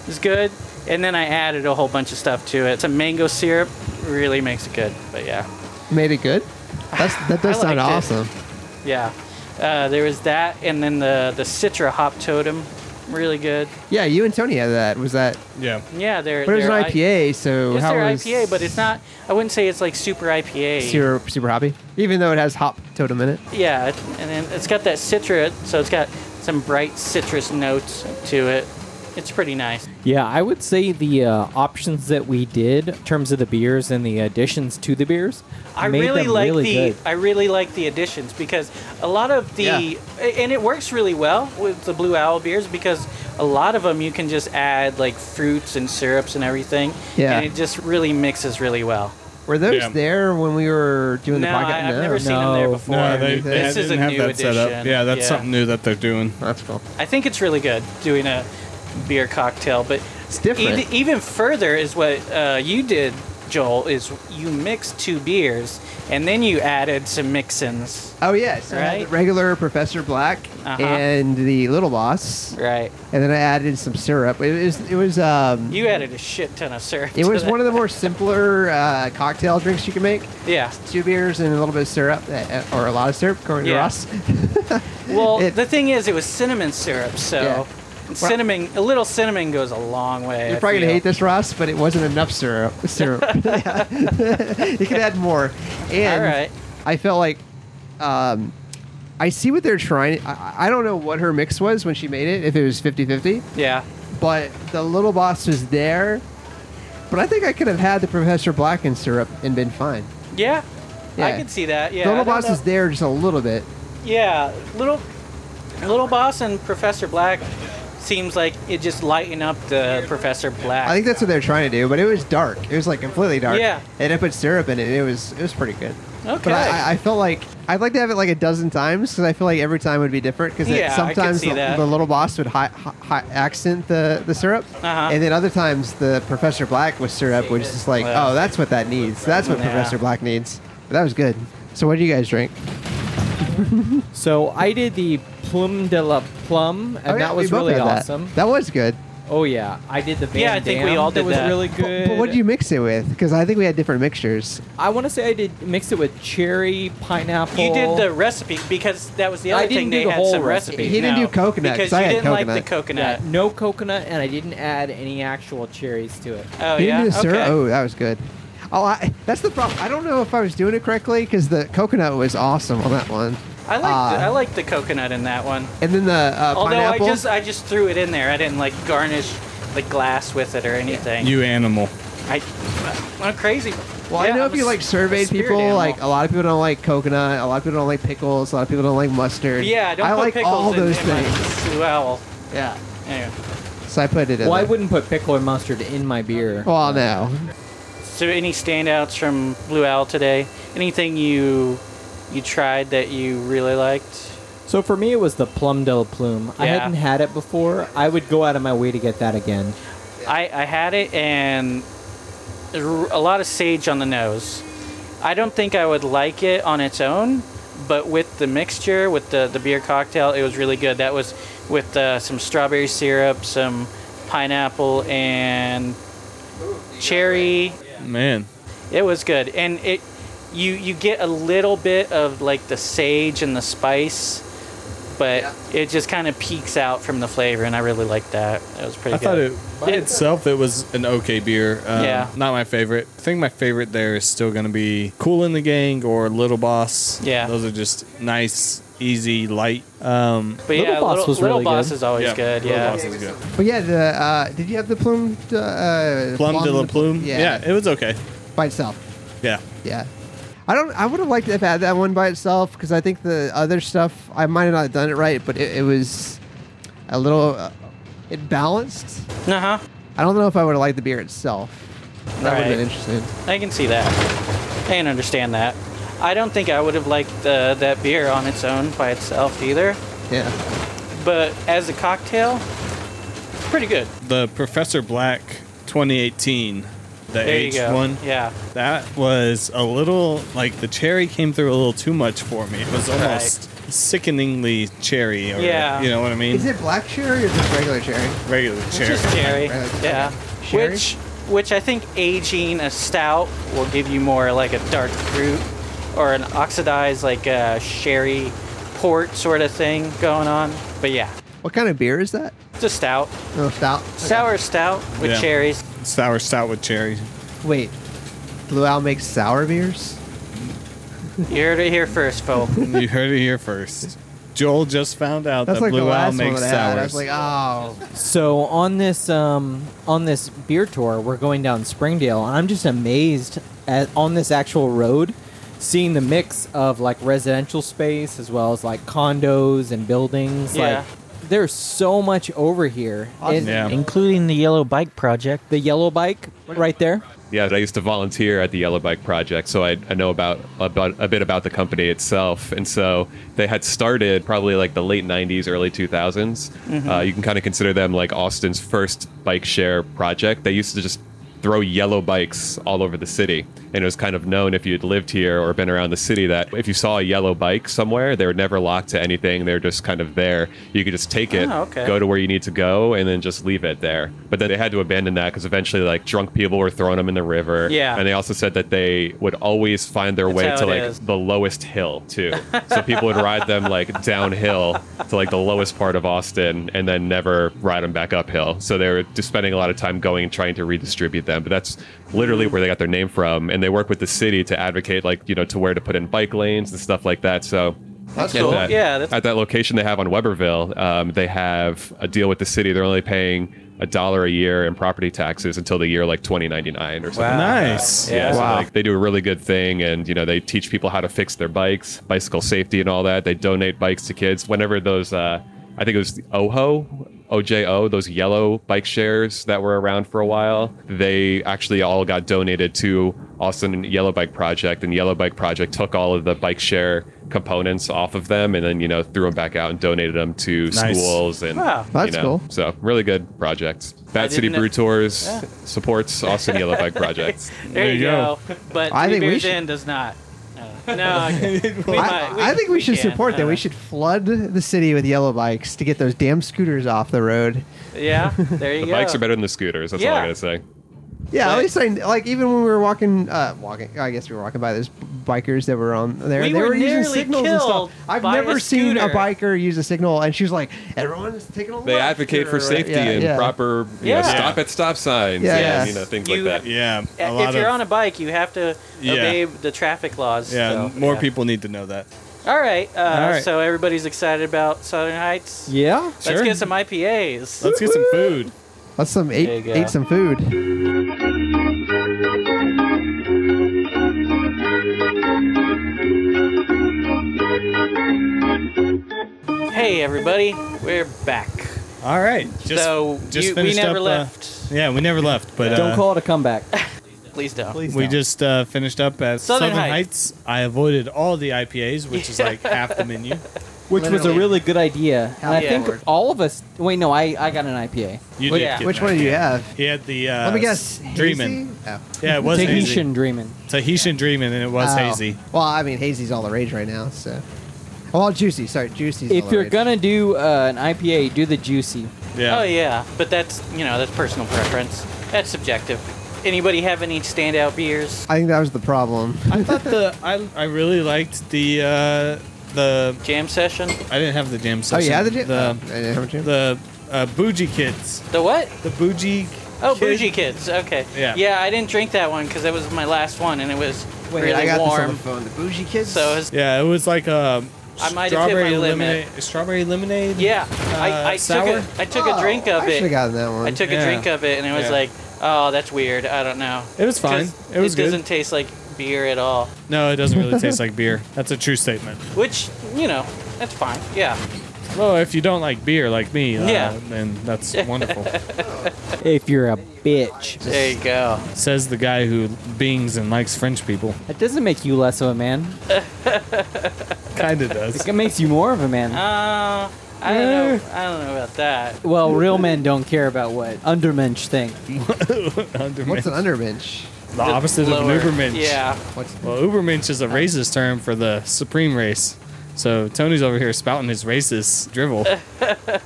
Speaker 2: it's good. And then I added a whole bunch of stuff to it. Some mango syrup really makes it good. But yeah,
Speaker 4: Made it good. That's that does
Speaker 2: I
Speaker 4: sound
Speaker 2: liked it.
Speaker 4: awesome.
Speaker 2: yeah. Uh, there was that, and then the the Citra hop totem, really good.
Speaker 4: Yeah, you and Tony had that. Was that?
Speaker 5: Yeah.
Speaker 2: Yeah, they're.
Speaker 4: But it was an
Speaker 2: they're I-
Speaker 4: IPA, so
Speaker 2: It's
Speaker 4: how
Speaker 2: their
Speaker 4: was
Speaker 2: IPA, but it's not. I wouldn't say it's like super IPA.
Speaker 4: super super hoppy? Even though it has hop totem in it.
Speaker 2: Yeah, it- and then it's got that citra, so it's got some bright citrus notes to it. It's pretty nice.
Speaker 7: Yeah, I would say the uh, options that we did in terms of the beers and the additions to the beers.
Speaker 2: I
Speaker 7: made
Speaker 2: really
Speaker 7: them
Speaker 2: like
Speaker 7: really
Speaker 2: the
Speaker 7: good.
Speaker 2: I really like the additions because a lot of the
Speaker 4: Yeah.
Speaker 2: a- and it works really well with the Blue Owl beers because a lot of them you can just add like fruits and syrups and everything.
Speaker 4: Yeah.
Speaker 2: and it just really mixes really well.
Speaker 4: Were those
Speaker 5: Yeah.
Speaker 4: there when we were doing
Speaker 2: No,
Speaker 4: the podcast?
Speaker 2: I, have never seen them there
Speaker 7: no.
Speaker 2: before.
Speaker 5: No, they, they
Speaker 4: This
Speaker 5: didn't
Speaker 2: is a
Speaker 5: have
Speaker 2: new
Speaker 5: that set up.
Speaker 2: edition.
Speaker 5: Yeah, that's
Speaker 2: Yeah.
Speaker 5: something new that they're doing.
Speaker 4: That's cool.
Speaker 2: I think it's really good doing a beer cocktail, but
Speaker 4: It's different.
Speaker 2: Even, even further is what uh, you did, Joel. Is you mixed two beers and then you added some mixins,
Speaker 4: Oh yes, so I had
Speaker 2: Right?
Speaker 4: the regular Professor Black
Speaker 2: Uh-huh.
Speaker 4: and the Little Boss,
Speaker 2: right?
Speaker 4: and then I added some syrup. It was it was um,
Speaker 2: You added a shit ton of syrup.
Speaker 4: it
Speaker 2: to
Speaker 4: was
Speaker 2: that.
Speaker 4: one of the more simpler uh, cocktail drinks you can make.
Speaker 2: yeah.
Speaker 4: Two beers and a little bit of syrup, uh, or a lot of syrup, according to
Speaker 2: Yeah.
Speaker 4: Ross.
Speaker 2: Well,
Speaker 4: It-
Speaker 2: the thing is, it was cinnamon syrup, so
Speaker 4: Yeah.
Speaker 2: and cinnamon, a little cinnamon goes a long way.
Speaker 4: You're
Speaker 2: I
Speaker 4: probably gonna
Speaker 2: feel.
Speaker 4: hate this, Ross, but it wasn't enough syrup. Syrup. you could add more. And
Speaker 2: All right.
Speaker 4: I felt like um, I see what they're trying. I, I don't know what her mix was when she made it, if it was 50 50.
Speaker 2: Yeah.
Speaker 4: but the little boss was there. But I think I could have had the Professor Black and syrup and been fine.
Speaker 2: Yeah. I
Speaker 4: Yeah.
Speaker 2: can see that. Yeah.
Speaker 4: the
Speaker 2: I
Speaker 4: little
Speaker 2: don't
Speaker 4: boss
Speaker 2: know.
Speaker 4: is there just a little bit.
Speaker 2: Yeah, little little boss and Professor Black seems like it just lighten up the Professor Black.
Speaker 4: I think that's what they're trying to do, but it was dark. It was like completely dark.
Speaker 2: Yeah.
Speaker 4: And I put syrup in it. It was it was pretty good.
Speaker 2: Okay.
Speaker 4: But I, I felt like I'd like to have it like a dozen times because I feel like every time would be different because
Speaker 2: Yeah, I could
Speaker 4: sometimes
Speaker 2: see
Speaker 4: the,
Speaker 2: that.
Speaker 4: the little boss would high, high, accent the, the syrup,
Speaker 2: Uh-huh.
Speaker 4: and then other times the Professor Black with syrup was just like,
Speaker 2: Well.
Speaker 4: oh, that's what that needs. That's what
Speaker 2: Yeah.
Speaker 4: Professor Black needs. But that was good. So what do you guys drink?
Speaker 7: So I did the Plum de la Plum, and
Speaker 4: Oh, yeah,
Speaker 7: that
Speaker 4: we
Speaker 7: was
Speaker 4: both
Speaker 7: really
Speaker 4: had that.
Speaker 7: awesome.
Speaker 4: That. was good.
Speaker 7: Oh yeah, I did the Van
Speaker 2: Yeah, I think we
Speaker 7: Dam.
Speaker 2: all did
Speaker 7: was
Speaker 2: that.
Speaker 7: really
Speaker 4: But-
Speaker 7: good.
Speaker 4: But what did you mix it with? Because I think we had different mixtures.
Speaker 7: I want to say I did mix it with cherry, pineapple.
Speaker 2: you did the recipe because that was the
Speaker 7: I
Speaker 2: other
Speaker 7: didn't
Speaker 2: thing
Speaker 7: do
Speaker 2: they
Speaker 7: the
Speaker 2: had
Speaker 7: whole
Speaker 2: some
Speaker 7: recipe.
Speaker 2: recipe.
Speaker 4: He didn't
Speaker 2: no,
Speaker 4: do coconut,
Speaker 2: because
Speaker 4: 'cause I
Speaker 2: you
Speaker 4: had
Speaker 2: didn't like the
Speaker 7: Yeah,
Speaker 2: coconut.
Speaker 7: no coconut, and I didn't add any actual cherries to it.
Speaker 2: Oh
Speaker 4: You
Speaker 2: yeah.
Speaker 4: didn't do the syrup?
Speaker 2: Okay.
Speaker 4: Oh, that was good. Oh, I, that's the problem. I don't know if I was doing it correctly because the coconut was awesome on that one,
Speaker 2: I like
Speaker 4: Ah.
Speaker 2: I like the coconut in that one.
Speaker 4: and then the uh,
Speaker 2: Although
Speaker 4: pineapple.
Speaker 2: I just I just threw it in there. I didn't like garnish the glass with it or anything.
Speaker 5: You animal.
Speaker 2: I, I'm crazy.
Speaker 4: well,
Speaker 2: Yeah,
Speaker 4: I know
Speaker 2: I'm
Speaker 4: if you
Speaker 2: a
Speaker 4: like
Speaker 2: s-
Speaker 4: surveyed
Speaker 2: a spirit
Speaker 4: people,
Speaker 2: animal.
Speaker 4: like a lot of people don't like coconut, a lot of people don't like pickles, a lot of people don't like mustard.
Speaker 2: yeah, don't
Speaker 4: I
Speaker 2: put
Speaker 4: like
Speaker 2: pickles
Speaker 4: all
Speaker 2: in,
Speaker 4: those
Speaker 2: in my
Speaker 4: things.
Speaker 2: Blue Owl.
Speaker 4: Yeah,
Speaker 2: Anyway.
Speaker 4: so I put it in.
Speaker 7: Well, I
Speaker 4: there.
Speaker 7: wouldn't put pickle or mustard in my beer.
Speaker 4: Well, no.
Speaker 2: So, any standouts from Blue Owl today? Anything you you tried that you really liked?
Speaker 7: So for me, it was the Plum de la Plume. I
Speaker 2: Yeah.
Speaker 7: hadn't had it before. I would go out of my way to get that again.
Speaker 2: I, I had it and r- a lot of sage on the nose. I don't think I would like it on its own, but with the mixture, with the, the beer cocktail, it was really good. That was with uh, some strawberry syrup, some pineapple, and cherry.
Speaker 5: Man,
Speaker 2: It was good, and it you you get a little bit of like the sage and the spice, but it just kind of peaks out from the flavor, and I really liked that. It was pretty
Speaker 5: I
Speaker 2: good.
Speaker 5: thought it by
Speaker 2: Yeah.
Speaker 5: itself it was an okay beer. Um,
Speaker 2: Yeah.
Speaker 5: Not my favorite. I think my favorite there is still going to be Cool in the Gang or Little Boss.
Speaker 2: Yeah.
Speaker 5: Those are just nice, easy, light. Um,
Speaker 2: but
Speaker 7: Little
Speaker 2: yeah,
Speaker 7: Boss
Speaker 2: little,
Speaker 7: was
Speaker 2: little
Speaker 7: really
Speaker 2: boss
Speaker 7: good.
Speaker 2: is always good.
Speaker 5: Little
Speaker 2: Yeah,
Speaker 5: Boss is good.
Speaker 4: But yeah, the uh, did you have the plume? Uh,
Speaker 5: Plum de la Plume.
Speaker 4: Yeah,
Speaker 5: yeah, it was okay.
Speaker 4: by itself.
Speaker 5: Yeah.
Speaker 4: Yeah, I don't. I would have liked to have had that one by itself because I think the other stuff I might have not done it right, but it, it was a little. Uh, it balanced.
Speaker 2: uh huh.
Speaker 4: I don't know if I would have liked the beer itself. That would have
Speaker 2: Right.
Speaker 4: been interesting.
Speaker 2: I can see that. I can understand that. I don't think I would have liked the, that beer on its own by itself either,
Speaker 4: Yeah.
Speaker 2: but as a cocktail, pretty good.
Speaker 5: The Professor Black 2018, the
Speaker 2: There you
Speaker 5: aged
Speaker 2: go.
Speaker 5: one.
Speaker 2: Yeah.
Speaker 5: That was a little like the cherry came through a little too much for me. It was almost sickeningly cherry. Or,
Speaker 2: Yeah.
Speaker 5: You know what I mean?
Speaker 4: Is it black cherry or just regular cherry?
Speaker 5: regular cherry?
Speaker 2: Just cherry.
Speaker 4: Right, okay.
Speaker 2: Yeah.
Speaker 4: Cherry?
Speaker 2: Which which I think aging a stout will give you more like a dark fruit or an oxidized like a sherry port sort of thing going on. But yeah,
Speaker 4: What kind of beer is that?
Speaker 2: it's a stout.
Speaker 4: Oh, stout.
Speaker 2: Sour stout with
Speaker 5: Yeah.
Speaker 2: cherries.
Speaker 5: Sour stout with cherry.
Speaker 4: Wait, Blue Owl makes sour beers.
Speaker 2: You heard it here first, folks.
Speaker 5: You heard it here first. Joel just found out
Speaker 4: That's
Speaker 5: that
Speaker 4: like
Speaker 5: Blue
Speaker 4: the
Speaker 5: Owl
Speaker 4: last one
Speaker 5: makes
Speaker 4: that I had. I
Speaker 5: sours.
Speaker 4: was like, oh,
Speaker 7: So on this um, on this beer tour, we're going down Springdale, and I'm just amazed at on this actual road, seeing the mix of like residential space as well as like condos and buildings.
Speaker 2: Yeah.
Speaker 7: Like there's so much over here, and
Speaker 5: Yeah.
Speaker 2: Including the Yellow Bike Project.
Speaker 7: the yellow bike right there.
Speaker 8: Yeah, I used to volunteer at the Yellow Bike Project, so I, I know about, about a bit about the company itself. And so they had started probably like the late 90s, early 2000s.
Speaker 2: Mm-hmm.
Speaker 8: Uh, you can kind of consider them like Austin's first bike share project. They used to just throw yellow bikes all over the city. And it was kind of known if you'd lived here or been around the city that if you saw a yellow bike somewhere, they were never locked to anything. They were just kind of there. You could just take it,
Speaker 2: Oh, okay.
Speaker 8: go to where you need to go, and then just leave it there. But then they had to abandon that because eventually, like, drunk people were throwing them in the river.
Speaker 2: Yeah.
Speaker 8: And they also said that they would always find their way
Speaker 2: how
Speaker 8: to
Speaker 2: it
Speaker 8: like
Speaker 2: is.
Speaker 8: the lowest hill too. so people would ride them like downhill to like the lowest part of Austin and then never ride them back uphill. So they were just spending a lot of time going and trying to redistribute them. But that's literally where they got their name from. And they work with the city to advocate like, you know, to where to put in bike lanes and stuff like that. So
Speaker 4: that's
Speaker 8: at
Speaker 4: cool.
Speaker 8: that-
Speaker 2: Yeah, that's-
Speaker 8: at that location they have on Weberville, um, they have a deal with the city. They're only paying a dollar a year in property taxes until the year like 2099 or something.
Speaker 5: nice.
Speaker 2: Yeah.
Speaker 8: Yeah, so,
Speaker 2: Wow.
Speaker 8: like, they do a really good thing, and you know they teach people how to fix their bikes, bicycle safety, and all that. They donate bikes to kids. Whenever those, uh, I think it was the OHO, OJO, those yellow bike shares that were around for a while, they actually all got donated to Austin Yellow Bike Project, and Yellow Bike Project took all of the bike share components off of them, and then you know threw them back out and donated them to
Speaker 5: Nice.
Speaker 8: schools and
Speaker 2: Wow.
Speaker 8: you
Speaker 4: That's
Speaker 8: know,
Speaker 4: cool.
Speaker 8: So really good projects. Bat City
Speaker 2: didn't know-
Speaker 8: Brew Tours supports Austin Yellow Bike Project.
Speaker 2: There, you go. But
Speaker 4: I
Speaker 2: Three
Speaker 4: think we
Speaker 2: Beers
Speaker 4: should-
Speaker 2: In does not. Uh, no, we might- we-
Speaker 4: I, I think we should
Speaker 2: can.
Speaker 4: support that.
Speaker 2: Uh,
Speaker 4: We should flood the city with yellow bikes to get those damn scooters off the road.
Speaker 2: Yeah, there you
Speaker 8: The
Speaker 2: go.
Speaker 8: bikes are better than the scooters. That's all I
Speaker 2: Yeah.
Speaker 8: gotta say.
Speaker 4: Yeah,
Speaker 2: Right.
Speaker 4: at least I like even when we were walking, uh, walking. I guess we were walking by those bikers that were on there.
Speaker 2: We
Speaker 4: and they
Speaker 2: were
Speaker 4: were, using
Speaker 2: nearly
Speaker 4: signals and
Speaker 2: killed
Speaker 4: stuff. I've
Speaker 2: by a
Speaker 4: never seen a
Speaker 2: scooter.
Speaker 4: biker use a signal, and she was like, "Everyone's taking a."
Speaker 8: They
Speaker 4: left
Speaker 8: advocate
Speaker 4: here,"
Speaker 8: for
Speaker 4: right?
Speaker 8: safety
Speaker 4: Yeah,
Speaker 8: and
Speaker 4: yeah.
Speaker 8: proper, you know,
Speaker 2: Yeah.
Speaker 8: stop at stop signs,
Speaker 4: Yeah,
Speaker 8: and,
Speaker 4: yeah.
Speaker 8: you know, things
Speaker 2: You-
Speaker 8: like that.
Speaker 5: Yeah. A lot
Speaker 2: if you're
Speaker 5: of,
Speaker 2: on a bike, you have to
Speaker 5: Yeah.
Speaker 2: obey the traffic laws.
Speaker 5: yeah,
Speaker 2: so,
Speaker 5: more
Speaker 2: yeah.
Speaker 5: people need to know that.
Speaker 2: All right, uh,
Speaker 5: All right.
Speaker 2: So everybody's excited about Southern Heights.
Speaker 7: Yeah.
Speaker 2: Let's
Speaker 5: Sure.
Speaker 2: get some IPAs.
Speaker 5: Let's get some food.
Speaker 4: Let's some
Speaker 2: There you
Speaker 4: eat,
Speaker 2: go.
Speaker 4: eat some food.
Speaker 2: Hey, everybody, we're back.
Speaker 5: All right. Just,
Speaker 2: so
Speaker 5: just
Speaker 2: you, we
Speaker 5: finished up,
Speaker 2: never
Speaker 5: uh,
Speaker 2: left.
Speaker 5: yeah, we never left, but
Speaker 7: Don't
Speaker 5: uh,
Speaker 7: call it a comeback.
Speaker 2: Please don't.
Speaker 7: Please
Speaker 5: we
Speaker 7: don't.
Speaker 5: just uh, finished up at
Speaker 2: Southern
Speaker 5: Southern,
Speaker 2: Heights.
Speaker 5: Heights. I avoided all the IPAs, which is like half the menu.
Speaker 7: which was a
Speaker 4: Literally.
Speaker 7: really good idea. and I
Speaker 2: Yeah.
Speaker 7: think all of us. Wait, no, I, I got an IPA.
Speaker 5: You
Speaker 2: Wait,
Speaker 5: did
Speaker 2: yeah.
Speaker 5: get
Speaker 4: Which
Speaker 5: that,
Speaker 4: one do you
Speaker 5: yeah.
Speaker 4: have?
Speaker 5: He had the. Uh,
Speaker 4: Let me guess.
Speaker 5: s- Dreamin.
Speaker 4: hazy? Oh.
Speaker 5: Yeah, it was
Speaker 7: Tahitian
Speaker 5: hazy.
Speaker 7: Dreamin'.
Speaker 5: Tahitian Dreamin, and it was
Speaker 4: Oh.
Speaker 5: hazy.
Speaker 4: Well, I mean, hazy's all the rage right now. So, well, juicy. Sorry, juicy's. all
Speaker 7: If
Speaker 4: the
Speaker 7: you're
Speaker 4: rage.
Speaker 7: gonna do uh, an IPA, do the juicy.
Speaker 5: Yeah.
Speaker 2: Oh yeah, but that's you know that's personal preference. That's subjective. Anybody have any standout beers?
Speaker 4: I think that was the problem.
Speaker 5: I thought the I, I really liked the uh, the
Speaker 2: Jam session?
Speaker 5: I didn't have the jam
Speaker 4: Oh,
Speaker 5: session.
Speaker 4: you had the gym.
Speaker 5: the
Speaker 4: oh, I didn't have a gym.
Speaker 5: the uh, bougie kids
Speaker 2: The what?
Speaker 5: the bougie.
Speaker 2: Oh,
Speaker 5: kid-
Speaker 2: Bougie Kids. Okay.
Speaker 5: Yeah.
Speaker 2: Yeah, I didn't drink that one because that was my last one and it was
Speaker 4: Wait,
Speaker 2: really
Speaker 4: I got this on
Speaker 2: warm.
Speaker 4: the phone. The bougie kids.
Speaker 2: so it was,
Speaker 5: Yeah, it was like a
Speaker 2: I might have hit my
Speaker 5: strawberry
Speaker 2: limit.
Speaker 5: lemonade. Strawberry lemonade.
Speaker 2: yeah,
Speaker 5: Uh,
Speaker 2: I, I took
Speaker 5: sour?
Speaker 2: a, I took a drink of
Speaker 4: Oh, I should
Speaker 2: it.
Speaker 4: have gotten that one.
Speaker 2: I took
Speaker 5: Yeah.
Speaker 2: a drink of it and it was
Speaker 5: Yeah.
Speaker 2: like, oh, that's weird. I don't know.
Speaker 5: It was fine.
Speaker 2: 'Cause
Speaker 5: It was good.
Speaker 2: doesn't taste like beer at all.
Speaker 5: No, it doesn't really taste like beer. That's a true statement.
Speaker 2: Which you know, that's fine. Yeah.
Speaker 5: Well, if you don't like beer, like me, uh,
Speaker 2: Yeah.
Speaker 5: then that's wonderful.
Speaker 7: If you're a bitch,
Speaker 2: There you go.
Speaker 5: Says the guy who bings and likes French people.
Speaker 7: that doesn't make you less of a man.
Speaker 5: Kinda does.
Speaker 7: It makes you more of a man.
Speaker 2: Uh, I don't
Speaker 5: Eh.
Speaker 2: know. I don't know about that.
Speaker 7: Well, real men don't care about what undermensch think.
Speaker 5: Undermensch.
Speaker 4: What's an underbench?
Speaker 5: the opposite of
Speaker 2: Lower.
Speaker 5: an Ubermensch?
Speaker 2: Yeah.
Speaker 4: What's
Speaker 5: Well, Ubermensch is a racist term for the supreme race. So Tony's over here spouting his racist drivel.
Speaker 2: Any-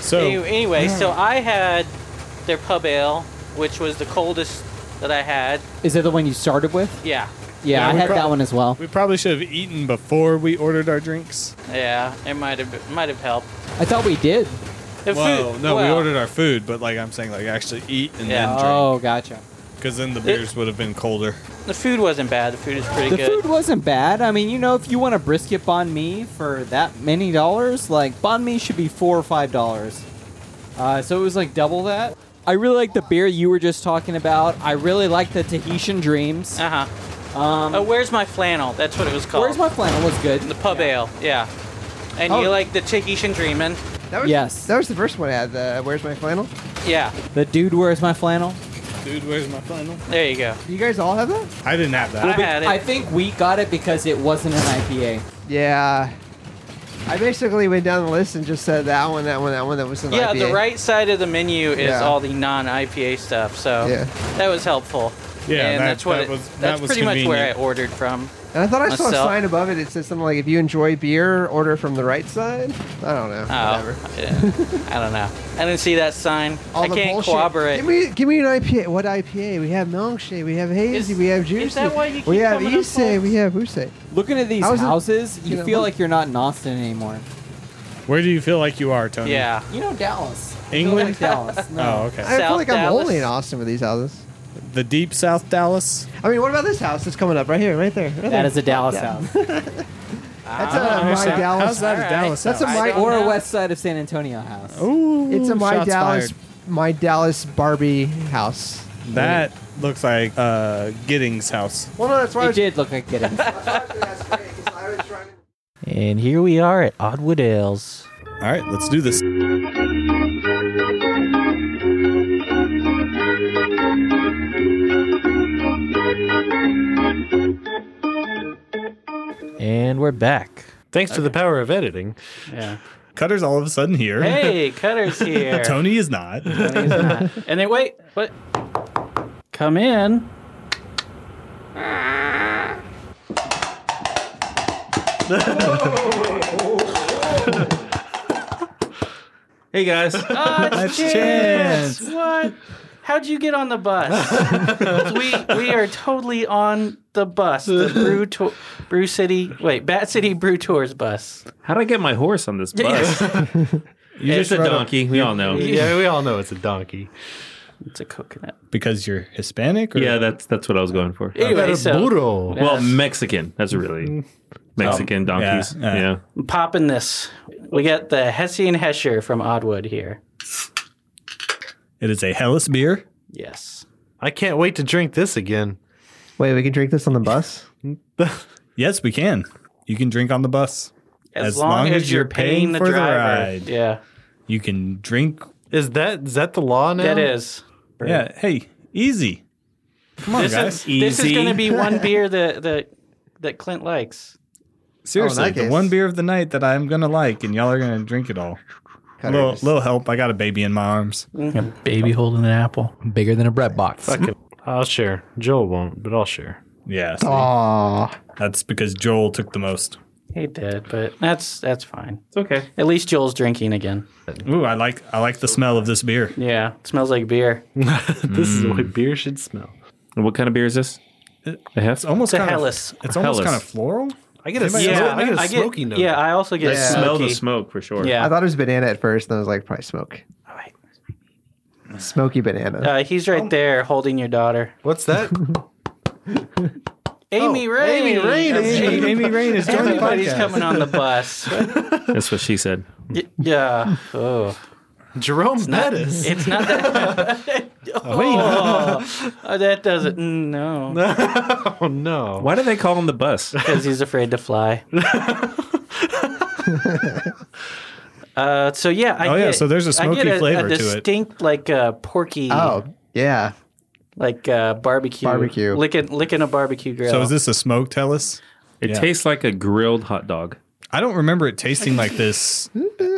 Speaker 5: so
Speaker 2: Anyway, so I had their pub ale, which was the coldest that I had.
Speaker 7: Is that the one you started with?
Speaker 2: Yeah.
Speaker 7: Yeah,
Speaker 5: Yeah,
Speaker 7: I
Speaker 5: we
Speaker 7: had
Speaker 5: prob-
Speaker 7: that one as well.
Speaker 5: we probably should have eaten before we ordered our drinks.
Speaker 2: Yeah. It might have been- might have helped.
Speaker 7: I thought we did.
Speaker 2: The
Speaker 5: Whoa,
Speaker 2: food-
Speaker 5: no, we
Speaker 2: well,
Speaker 5: ordered our food, but like I'm saying, like actually eat and
Speaker 2: Yeah.
Speaker 5: then drink
Speaker 7: Oh, gotcha.
Speaker 5: because then the beers would have been colder.
Speaker 2: The food wasn't bad. The food is pretty
Speaker 7: The
Speaker 2: good.
Speaker 7: food wasn't bad. I mean, you know, if you want a brisket banh mi for that many dollars, like banh mi should be four or five dollars. Uh, so it was like double that. I really like the beer you were just talking about. I really like the Tahitian Dreams.
Speaker 2: Uh huh. oh, where's my flannel? That's what it was called.
Speaker 7: Where's my flannel was good.
Speaker 2: The pub ale. Yeah. And you
Speaker 7: Oh.
Speaker 2: like the Tahitian Dreamin'?
Speaker 4: that was,
Speaker 7: Yes.
Speaker 4: That was the first one I had. The where's my flannel?
Speaker 2: Yeah.
Speaker 7: The dude, where's my flannel?
Speaker 5: Dude, where's my final?
Speaker 2: There you go.
Speaker 4: You guys all have that?
Speaker 5: I didn't have that.
Speaker 2: I had it.
Speaker 7: I think we got it because it wasn't an IPA.
Speaker 4: Yeah. I basically went down the list and just said that one, that one, that one. That was an
Speaker 2: yeah,
Speaker 4: IPA.
Speaker 2: the right side of the menu is
Speaker 4: Yeah.
Speaker 2: all the non-IPA stuff, so
Speaker 4: Yeah.
Speaker 2: that was helpful.
Speaker 5: Yeah,
Speaker 2: and
Speaker 5: that-
Speaker 2: that's what
Speaker 5: that
Speaker 2: it-
Speaker 5: was-
Speaker 2: that's
Speaker 5: that was
Speaker 2: pretty much where I
Speaker 5: convenient.
Speaker 2: ordered from.
Speaker 4: And I thought I saw a
Speaker 2: Myself.
Speaker 4: sign above it. It said something like, "If you enjoy beer, order from the right side." I don't know. Whatever.
Speaker 2: Oh, yeah. I don't know. I didn't see that sign.
Speaker 4: All
Speaker 2: I
Speaker 4: the
Speaker 2: can't
Speaker 4: bullshit.
Speaker 2: corroborate.
Speaker 4: Give me, give me an IPA. What IPA? We have milkshake. We have hazy. we have
Speaker 2: is
Speaker 4: juicy.
Speaker 2: that why you
Speaker 4: we
Speaker 2: keep
Speaker 4: have
Speaker 2: coming up
Speaker 4: Issei.
Speaker 2: with-
Speaker 4: We have Usei.
Speaker 7: Looking at these
Speaker 4: I was in-
Speaker 7: houses,
Speaker 4: you
Speaker 7: you
Speaker 4: know,
Speaker 7: feel
Speaker 4: what-
Speaker 7: like you're not in Austin anymore.
Speaker 5: Where do you feel like you are, Tony?
Speaker 2: yeah.
Speaker 7: You know Dallas.
Speaker 5: England?
Speaker 7: You know Dallas. No.
Speaker 5: Oh, okay.
Speaker 4: I feel
Speaker 2: South
Speaker 4: like I'm
Speaker 2: Dallas.
Speaker 4: only in Austin with these houses.
Speaker 5: The deep South Dallas.
Speaker 4: I mean, what about this house that's coming up right here, right there? Right
Speaker 7: That
Speaker 4: there.
Speaker 7: is a Dallas house.
Speaker 4: That's
Speaker 5: I don't
Speaker 4: a my
Speaker 5: understand. How's
Speaker 4: Dallas.
Speaker 5: that a
Speaker 2: Alright.
Speaker 5: Dallas?
Speaker 4: That's a
Speaker 5: house?
Speaker 4: my-
Speaker 2: I don't
Speaker 7: or a
Speaker 2: know.
Speaker 7: west side of San Antonio house.
Speaker 5: Ooh,
Speaker 4: It's a my
Speaker 5: shots
Speaker 4: Dallas,
Speaker 5: fired.
Speaker 4: my Dallas Barbie house.
Speaker 5: That looks like uh, Giddings' house.
Speaker 4: Well, no, that's why
Speaker 7: It did look like getting.
Speaker 4: I was trying to.
Speaker 2: And here we are at Oddwood Ales.
Speaker 5: All right, let's do this.
Speaker 2: And we're back.
Speaker 3: Thanks to the power of editing.
Speaker 2: Yeah.
Speaker 5: Cutter's all of a sudden here.
Speaker 2: Hey, Cutter's here.
Speaker 5: Tony is not.
Speaker 2: and then wait, what? Come in.
Speaker 3: Hey guys.
Speaker 2: That's chance. What? How'd you get on the bus? we we are totally on the bus, the Brew to- Brew City, wait, Bat City Brew Tours bus.
Speaker 9: How did I get my horse on this bus? You're just a donkey. We all know.
Speaker 3: yeah, we all know it's a donkey.
Speaker 2: It's a coconut.
Speaker 5: because you're Hispanic? Or?
Speaker 9: Yeah, that's that's what I was going for.
Speaker 2: Anyway, so
Speaker 3: Burro.
Speaker 9: Well, Mexican. That's really Mexican donkeys.
Speaker 5: yeah,
Speaker 9: Yeah,
Speaker 5: yeah.
Speaker 2: I'm popping this. We got the Hessian Hesher from Oddwood here.
Speaker 5: It is a Hellas beer.
Speaker 2: Yes.
Speaker 3: I can't wait to drink this again.
Speaker 4: Wait, we can drink this on the bus.
Speaker 5: Yes, we can. You can drink on the bus.
Speaker 2: As, long, as, you're paying, the
Speaker 5: for the
Speaker 2: driver.
Speaker 5: ride.
Speaker 2: Yeah.
Speaker 5: You can drink.
Speaker 3: Is that is that the law now?
Speaker 2: That is.
Speaker 5: Yeah. Hey, easy. Come on,
Speaker 2: This
Speaker 5: guys.
Speaker 2: is, e- Oh, this is
Speaker 9: Easy.
Speaker 2: going to be one beer that, that that Clint likes.
Speaker 5: Seriously, the
Speaker 4: case.
Speaker 5: one beer of the night that I'm gonna like, and y'all are gonna drink it all.
Speaker 4: Kinda
Speaker 5: Little,
Speaker 4: just-
Speaker 5: little help. I got a baby in my arms.
Speaker 2: A baby holding an apple.
Speaker 7: Bigger than a bread box.
Speaker 9: I'll share. Joel won't, but I'll share.
Speaker 5: Yeah, see,
Speaker 4: Aw.
Speaker 5: that's because Joel took the most.
Speaker 2: He did, but that's that's fine.
Speaker 9: It's okay.
Speaker 2: At least Joel's drinking again.
Speaker 5: Ooh, I like I like the smell of this beer.
Speaker 2: Yeah, it smells like beer.
Speaker 9: this is the way beer should smell. And what kind of beer is this? A hef?
Speaker 5: It's almost
Speaker 2: It's a
Speaker 5: kind
Speaker 2: Hellas.
Speaker 5: of it's almost
Speaker 9: Hellas.
Speaker 5: kind of floral.
Speaker 9: I get a,
Speaker 5: Yeah,
Speaker 9: smoke- I get a
Speaker 2: I
Speaker 9: smoky note.
Speaker 2: Yeah, I also get
Speaker 9: I
Speaker 2: smoky.
Speaker 9: smell the smoke for sure.
Speaker 2: Yeah,
Speaker 4: I thought it was banana at first, and I was like, probably smoke. Smoky banana.
Speaker 2: uh, he's right there holding your daughter,
Speaker 10: What's that?
Speaker 5: Oh,
Speaker 2: Amy Ray.
Speaker 10: Amy Rain.
Speaker 2: That's
Speaker 5: Amy,
Speaker 2: Amy-
Speaker 5: Amy Rain is joining the
Speaker 2: Everybody's
Speaker 5: podcast.
Speaker 2: coming on the bus.
Speaker 9: That's what she said.
Speaker 2: Y- yeah. Oh.
Speaker 10: Jerome Bettis.
Speaker 2: It's not that. oh, Oh, that doesn't. mm, No,
Speaker 10: oh no.
Speaker 9: Why do they call him the bus?
Speaker 2: because he's afraid to fly. uh, so yeah, I
Speaker 5: Oh,
Speaker 2: get,
Speaker 5: yeah, so there's a
Speaker 2: I get
Speaker 5: smoky flavor
Speaker 2: a
Speaker 5: to it.
Speaker 2: distinct like uh, porky,
Speaker 4: Oh, yeah.
Speaker 2: like uh, barbecue,
Speaker 4: Barbecue.
Speaker 2: licking licking a barbecue grill.
Speaker 5: So is this a smoked Hellas?
Speaker 9: It
Speaker 5: Yeah.
Speaker 9: tastes like a grilled hot dog.
Speaker 5: I don't remember it tasting like this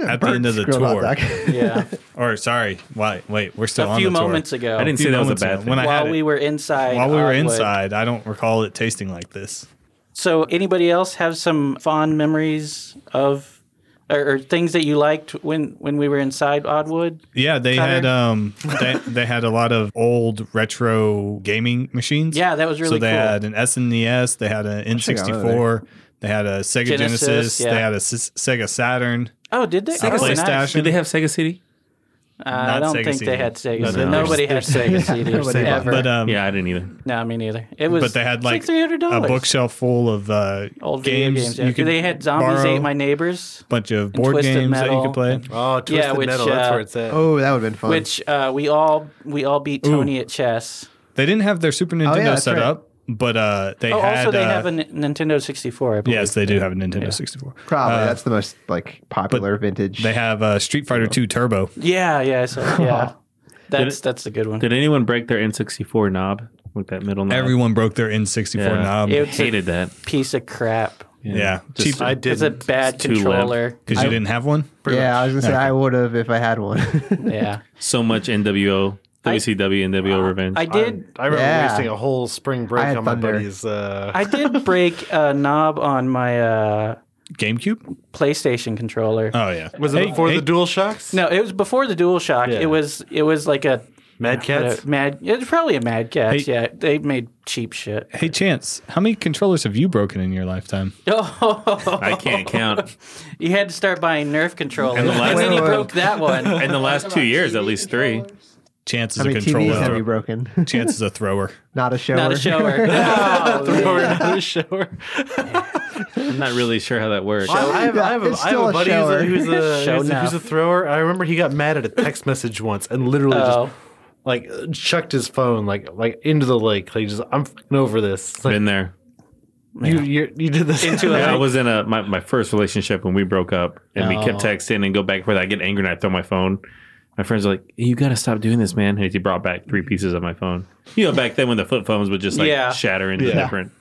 Speaker 5: at the end of the
Speaker 4: Girl, not
Speaker 5: tour.
Speaker 4: duck.
Speaker 2: yeah,
Speaker 5: Or sorry, wait, wait, we're still
Speaker 2: a
Speaker 5: on
Speaker 2: few
Speaker 5: the tour.
Speaker 2: moments ago.
Speaker 9: I didn't see that was a
Speaker 5: moments
Speaker 9: bad
Speaker 5: ago,
Speaker 9: thing.
Speaker 5: When I had
Speaker 2: while
Speaker 5: it.
Speaker 2: we were inside.
Speaker 5: while we were
Speaker 2: Ogwood.
Speaker 5: inside, I don't recall it tasting like this.
Speaker 2: So, anybody else have some fond memories of or, or things that you liked when when we were inside Oddwood?
Speaker 5: Yeah, they
Speaker 2: Connor?
Speaker 5: had um they, they had a lot of old retro gaming machines.
Speaker 2: Yeah, that was really
Speaker 5: so they
Speaker 2: cool.
Speaker 5: had an SNES, they had an N64, they had a Sega
Speaker 2: Genesis,
Speaker 5: Genesis,
Speaker 2: yeah.
Speaker 5: they had a S- Sega Saturn,
Speaker 2: oh, did they? Oh,
Speaker 5: PlayStation.
Speaker 2: nice.
Speaker 9: Did they have Sega CD?
Speaker 2: I
Speaker 5: Not
Speaker 2: don't
Speaker 5: Sega
Speaker 2: think they
Speaker 5: CD.
Speaker 2: had Sega.
Speaker 9: No,
Speaker 2: CD.
Speaker 9: no.
Speaker 2: Nobody had Sega CDs ever.
Speaker 5: but um
Speaker 9: Yeah, I didn't either.
Speaker 2: no, me neither. It was.
Speaker 5: but they had
Speaker 2: it's
Speaker 5: like
Speaker 2: three hundred
Speaker 5: a
Speaker 2: dollars.
Speaker 5: bookshelf full of uh
Speaker 2: Old video
Speaker 5: games,
Speaker 2: games.
Speaker 5: you
Speaker 2: yeah.
Speaker 5: could
Speaker 2: they had zombies
Speaker 5: borrow,
Speaker 2: ate my neighbors,
Speaker 5: bunch of board
Speaker 2: Twisted
Speaker 5: games that you
Speaker 2: Metal.
Speaker 5: could play.
Speaker 10: Oh, Twisted
Speaker 2: which,
Speaker 10: Metal. That's
Speaker 2: uh,
Speaker 10: where it's at.
Speaker 4: Oh, that would have been fun.
Speaker 2: which uh, we all we all beat Tony at chess.
Speaker 5: They didn't have their Super Nintendo
Speaker 4: Oh, that's
Speaker 5: set
Speaker 4: right.
Speaker 5: up, but uh they
Speaker 2: Oh,
Speaker 5: had
Speaker 2: also they
Speaker 5: uh,
Speaker 2: have a N- Nintendo sixty four. I believe.
Speaker 5: Yes, they do have a Nintendo 64.
Speaker 4: Probably. that's the most like popular vintage.
Speaker 5: uh, They have uh, Street Fighter 2 Turbo.
Speaker 2: Yeah, yeah. So yeah, that's that's a good one.
Speaker 9: Did anyone break their N64 knob with that middle knob?
Speaker 5: Everyone broke their N64
Speaker 9: Yeah.
Speaker 5: knob.
Speaker 2: It- It's a-
Speaker 9: hated that.
Speaker 2: Piece of crap.
Speaker 5: yeah,
Speaker 9: Just-
Speaker 5: cheap
Speaker 10: I
Speaker 2: It's a
Speaker 10: did.
Speaker 2: bad
Speaker 9: too limp.
Speaker 2: controller.
Speaker 5: because you didn't have one.
Speaker 4: yeah, I was gonna say I would have if I had one.
Speaker 2: Yeah,
Speaker 9: So much NWO, WCW, NWO revenge.
Speaker 2: I did.
Speaker 10: I remember
Speaker 4: Yeah.
Speaker 10: wasting a whole spring break
Speaker 4: I had
Speaker 10: on my
Speaker 4: Thunder.
Speaker 10: buddy's. Uh,
Speaker 2: I did break a knob on my uh,
Speaker 5: GameCube?
Speaker 2: PlayStation controller.
Speaker 5: Oh, yeah.
Speaker 10: was it before
Speaker 5: hey.
Speaker 10: the Dual Shocks?
Speaker 2: No, it was before the DualShock.
Speaker 10: Yeah.
Speaker 2: It was it was like a
Speaker 10: Mad Cats.
Speaker 2: a mad. It was probably a Mad Cats.
Speaker 5: Hey.
Speaker 2: Yeah, they made cheap shit.
Speaker 5: Hey, Chance, how many controllers have you broken in your lifetime?
Speaker 2: Oh,
Speaker 9: I can't count.
Speaker 2: you had to start buying Nerf controllers, and,
Speaker 9: the last-
Speaker 2: then you
Speaker 4: Wait, wait.
Speaker 2: broke that one.
Speaker 9: In the last two years, at least three.
Speaker 5: Chance
Speaker 4: How
Speaker 5: is a
Speaker 4: many TVs
Speaker 5: controller.
Speaker 4: have you
Speaker 5: Thrower.
Speaker 4: broken?
Speaker 5: Chance is a thrower.
Speaker 4: Not a shower.
Speaker 2: Not a shower. Oh,
Speaker 10: Or
Speaker 2: man.
Speaker 10: another shower.
Speaker 9: I'm not really sure how that works.
Speaker 10: I have, I have, a,
Speaker 4: Oh, It's
Speaker 10: I have
Speaker 4: still
Speaker 10: a
Speaker 4: a
Speaker 10: buddy who's
Speaker 4: shower.
Speaker 10: a, who's, a,
Speaker 2: Show
Speaker 10: who's, a, who's
Speaker 2: now.
Speaker 10: a thrower. I remember he got mad at a text message once and literally
Speaker 2: Oh.
Speaker 10: just like chucked his phone like like into the lake. Like just I'm fucking over this. It's Like,
Speaker 9: Been there.
Speaker 10: you, you you did this
Speaker 2: Into a-
Speaker 9: Yeah, I was in a my, my first relationship when we broke up, and we kept
Speaker 10: Oh.
Speaker 9: texting and go back and forth. I get angry and I throw my phone. My friends are like, "You got to stop doing this, man." And he brought back three pieces of my phone. You know, back then when the flip phones would just like
Speaker 2: Yeah.
Speaker 9: shatter into
Speaker 10: Yeah.
Speaker 9: different.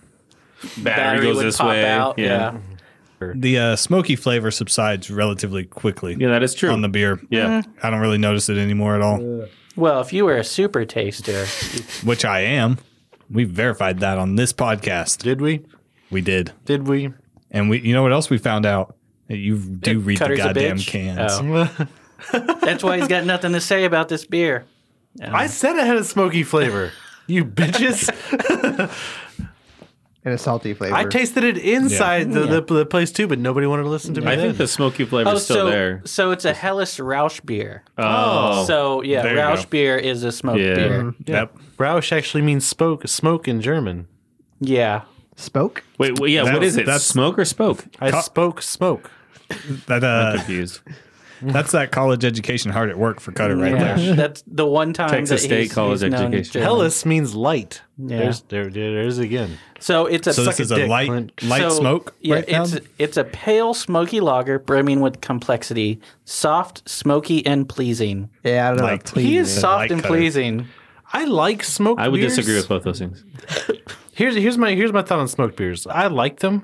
Speaker 9: Battery,
Speaker 2: Battery
Speaker 9: goes
Speaker 2: would
Speaker 9: this
Speaker 2: pop
Speaker 9: way.
Speaker 2: out,
Speaker 9: yeah.
Speaker 2: yeah.
Speaker 5: The uh, smoky flavor subsides relatively quickly
Speaker 9: Yeah, that is true.
Speaker 5: on the beer. Mm-hmm.
Speaker 9: yeah,
Speaker 5: I don't really notice it anymore at all,
Speaker 2: Well, if you were a super taster,
Speaker 5: which I am. We verified that on this podcast.
Speaker 10: Did we?
Speaker 5: We did.
Speaker 10: Did we?
Speaker 5: And we, you know what else we found out? That you do read the
Speaker 2: Cutter's a
Speaker 5: goddamn
Speaker 2: bitch?
Speaker 5: cans.
Speaker 10: Oh.
Speaker 2: that's why he's got nothing to say about this beer.
Speaker 10: I said it had a smoky flavor. You bitches!
Speaker 4: and a salty flavor.
Speaker 10: I tasted it inside The, The, the place too, but nobody wanted to listen to me.
Speaker 9: I think
Speaker 10: then.
Speaker 9: the smoky flavor is still
Speaker 2: Oh, so
Speaker 9: there.
Speaker 2: so it's a Hellas Rausch beer.
Speaker 9: Oh,
Speaker 2: so yeah,
Speaker 5: there you
Speaker 2: Rausch
Speaker 5: go.
Speaker 2: beer is a smoked
Speaker 9: Yeah.
Speaker 4: Mm-hmm.
Speaker 2: beer.
Speaker 5: Yep.
Speaker 10: Rausch actually means smoke, smoke in German.
Speaker 2: Yeah,
Speaker 4: spoke.
Speaker 9: wait, wait, yeah, what
Speaker 5: That's-
Speaker 9: is it?
Speaker 5: that's-
Speaker 9: smoke or spoke?
Speaker 10: I
Speaker 5: Co-
Speaker 10: spoke smoke.
Speaker 5: That uh,
Speaker 9: Confused.
Speaker 5: that's that college education hard at work for Cutter right
Speaker 2: Yeah,
Speaker 5: there.
Speaker 2: that's the one time
Speaker 9: Texas
Speaker 2: that
Speaker 9: State
Speaker 2: he's-
Speaker 9: College
Speaker 2: he's known
Speaker 9: education.
Speaker 2: German.
Speaker 10: Hellas means light.
Speaker 2: Yeah.
Speaker 10: There's there, there there's again.
Speaker 2: So it's a
Speaker 5: So this
Speaker 10: a
Speaker 5: is a
Speaker 10: dick,
Speaker 5: light
Speaker 10: Clint.
Speaker 5: light
Speaker 2: so,
Speaker 5: smoke
Speaker 2: Yeah,
Speaker 5: right now.
Speaker 2: it's it's a pale smoky lager brimming with complexity, soft, smoky, and pleasing.
Speaker 4: Yeah, I don't know.
Speaker 5: Like-
Speaker 4: please.
Speaker 2: He is soft
Speaker 5: like
Speaker 2: and
Speaker 5: color.
Speaker 2: pleasing.
Speaker 10: I like smoked
Speaker 9: I would
Speaker 10: beers.
Speaker 9: disagree with both those things.
Speaker 10: Here's here's my here's my thought on smoked beers. I like them.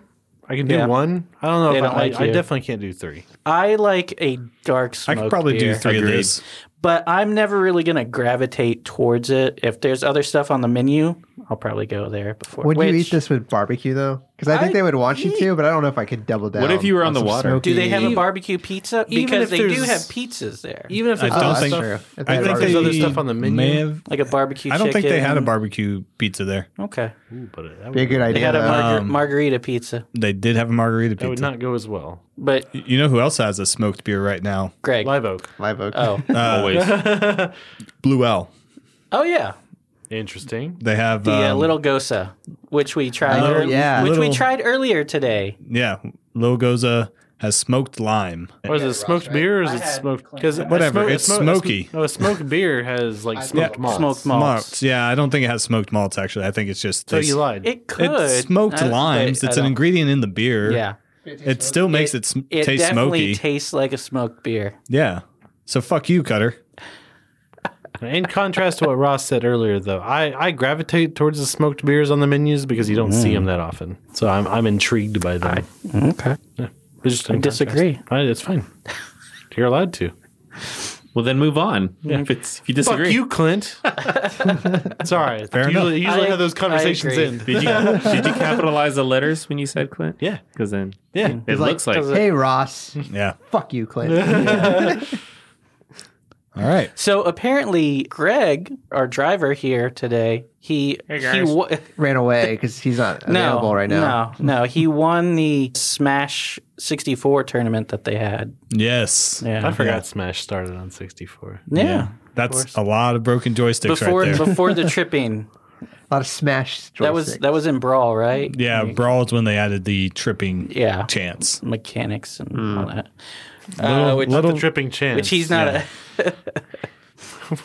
Speaker 10: I can do
Speaker 2: Yeah.
Speaker 10: one. I don't know.
Speaker 2: They
Speaker 10: if
Speaker 2: don't
Speaker 10: I,
Speaker 2: like
Speaker 10: I
Speaker 2: you.
Speaker 10: definitely can't do three.
Speaker 2: I like a dark
Speaker 5: I
Speaker 2: smoke.
Speaker 5: could probably
Speaker 2: beer.
Speaker 5: do three
Speaker 9: Agreed.
Speaker 5: of these.
Speaker 2: but I'm never really gonna gravitate towards it. If there's other stuff on the menu, I'll probably go there before.
Speaker 4: Would you
Speaker 2: which-
Speaker 4: eat this with barbecue though? Because I think
Speaker 2: I-
Speaker 4: they would want you to, but I don't know if I could double down.
Speaker 9: What if you were on the
Speaker 4: some
Speaker 9: water?
Speaker 4: smoky-
Speaker 2: Do they have a barbecue pizza?
Speaker 10: Even
Speaker 2: Because
Speaker 10: if
Speaker 2: they do
Speaker 10: there's-
Speaker 2: have pizzas there,
Speaker 10: Even if
Speaker 5: I
Speaker 10: there's
Speaker 5: don't
Speaker 10: other
Speaker 5: think-
Speaker 10: stuff-
Speaker 4: Sure. If
Speaker 5: I
Speaker 4: they
Speaker 5: think
Speaker 4: are-
Speaker 5: they
Speaker 10: there's other stuff on the menu.
Speaker 5: may have-
Speaker 2: like a barbecue.
Speaker 5: I don't think they
Speaker 2: chicken.
Speaker 5: had a barbecue pizza there.
Speaker 2: Okay,
Speaker 4: be a good idea.
Speaker 2: they had a
Speaker 4: though.
Speaker 2: margar-
Speaker 5: Um,
Speaker 2: margarita pizza,
Speaker 5: They did have a margarita
Speaker 10: That would
Speaker 5: pizza.
Speaker 10: not go as well.
Speaker 2: but
Speaker 5: you know who else has a smoked beer right now? Uh,
Speaker 2: Greg.
Speaker 10: Live Oak.
Speaker 4: Live oak.
Speaker 2: Oh,
Speaker 8: Always.
Speaker 5: Blue L.
Speaker 2: oh yeah,
Speaker 10: Interesting.
Speaker 5: They have
Speaker 2: the uh,
Speaker 5: um,
Speaker 2: little gosa, which we tried.
Speaker 4: Oh,
Speaker 2: ear-
Speaker 4: yeah.
Speaker 2: which we
Speaker 5: Little-
Speaker 2: tried earlier today.
Speaker 5: yeah. Little Goza has smoked lime.
Speaker 10: What is it? Smoked beer or is it smoked? Because
Speaker 5: Whatever, it's smoky.
Speaker 10: No, a smoked beer has like smoked malt.
Speaker 2: Smoked malts.
Speaker 5: Malts. Yeah, I don't think it has smoked malts. Actually, I think it's just
Speaker 10: So
Speaker 5: they-
Speaker 10: you lied.
Speaker 2: It could.
Speaker 5: It's smoked
Speaker 2: I- but
Speaker 5: limes.
Speaker 2: I
Speaker 5: It's an
Speaker 2: don't-
Speaker 5: ingredient in the beer.
Speaker 2: Yeah.
Speaker 5: It still makes it, sm-
Speaker 2: It
Speaker 5: taste
Speaker 2: definitely
Speaker 5: smoky.
Speaker 2: tastes like a smoked beer.
Speaker 5: yeah. So fuck you, Cutter.
Speaker 10: In contrast to what Ross said earlier, though, I, I gravitate towards the smoked beers on the menus because you don't see them that often. So I'm I'm intrigued by them.
Speaker 2: Okay.
Speaker 10: It's just in contrast.
Speaker 2: disagree.
Speaker 10: I, it's fine. You're allowed to.
Speaker 9: Well, then move on. If, it's, if you disagree,
Speaker 10: Fuck you, Clint. it's all right. Fair
Speaker 5: enough.
Speaker 10: usually, Usually
Speaker 2: I-
Speaker 10: how those
Speaker 2: I
Speaker 10: conversations
Speaker 2: agree.
Speaker 10: end.
Speaker 9: Did you did you capitalize the letters when you said Clint?
Speaker 10: Yeah.
Speaker 9: because then
Speaker 10: Yeah.
Speaker 9: it looks like
Speaker 4: Hey Ross,
Speaker 5: Yeah.
Speaker 4: fuck you, Clint.
Speaker 5: All right.
Speaker 2: So apparently, Greg, our driver here today, he he wa-
Speaker 4: Ran away because he's not available
Speaker 2: no
Speaker 4: right now.
Speaker 2: no no he won the Smash sixty four tournament that they had.
Speaker 5: Yes.
Speaker 10: I
Speaker 2: Yeah.
Speaker 10: forgot Smash started on 64.
Speaker 2: Yeah.
Speaker 5: That's a lot of broken joysticks
Speaker 2: Before
Speaker 5: right there.
Speaker 2: before the tripping,
Speaker 4: A lot of smash.
Speaker 2: that was
Speaker 4: joysticks.
Speaker 2: that was in Brawl, right?
Speaker 5: yeah, Brawl's when they added the tripping
Speaker 2: Yeah.
Speaker 5: chance.
Speaker 2: Mechanics and
Speaker 4: Hmm.
Speaker 2: all that.
Speaker 5: Little-
Speaker 2: Oh, which,
Speaker 10: Not
Speaker 5: little-
Speaker 10: the tripping chance.
Speaker 2: which he's not.
Speaker 5: yeah.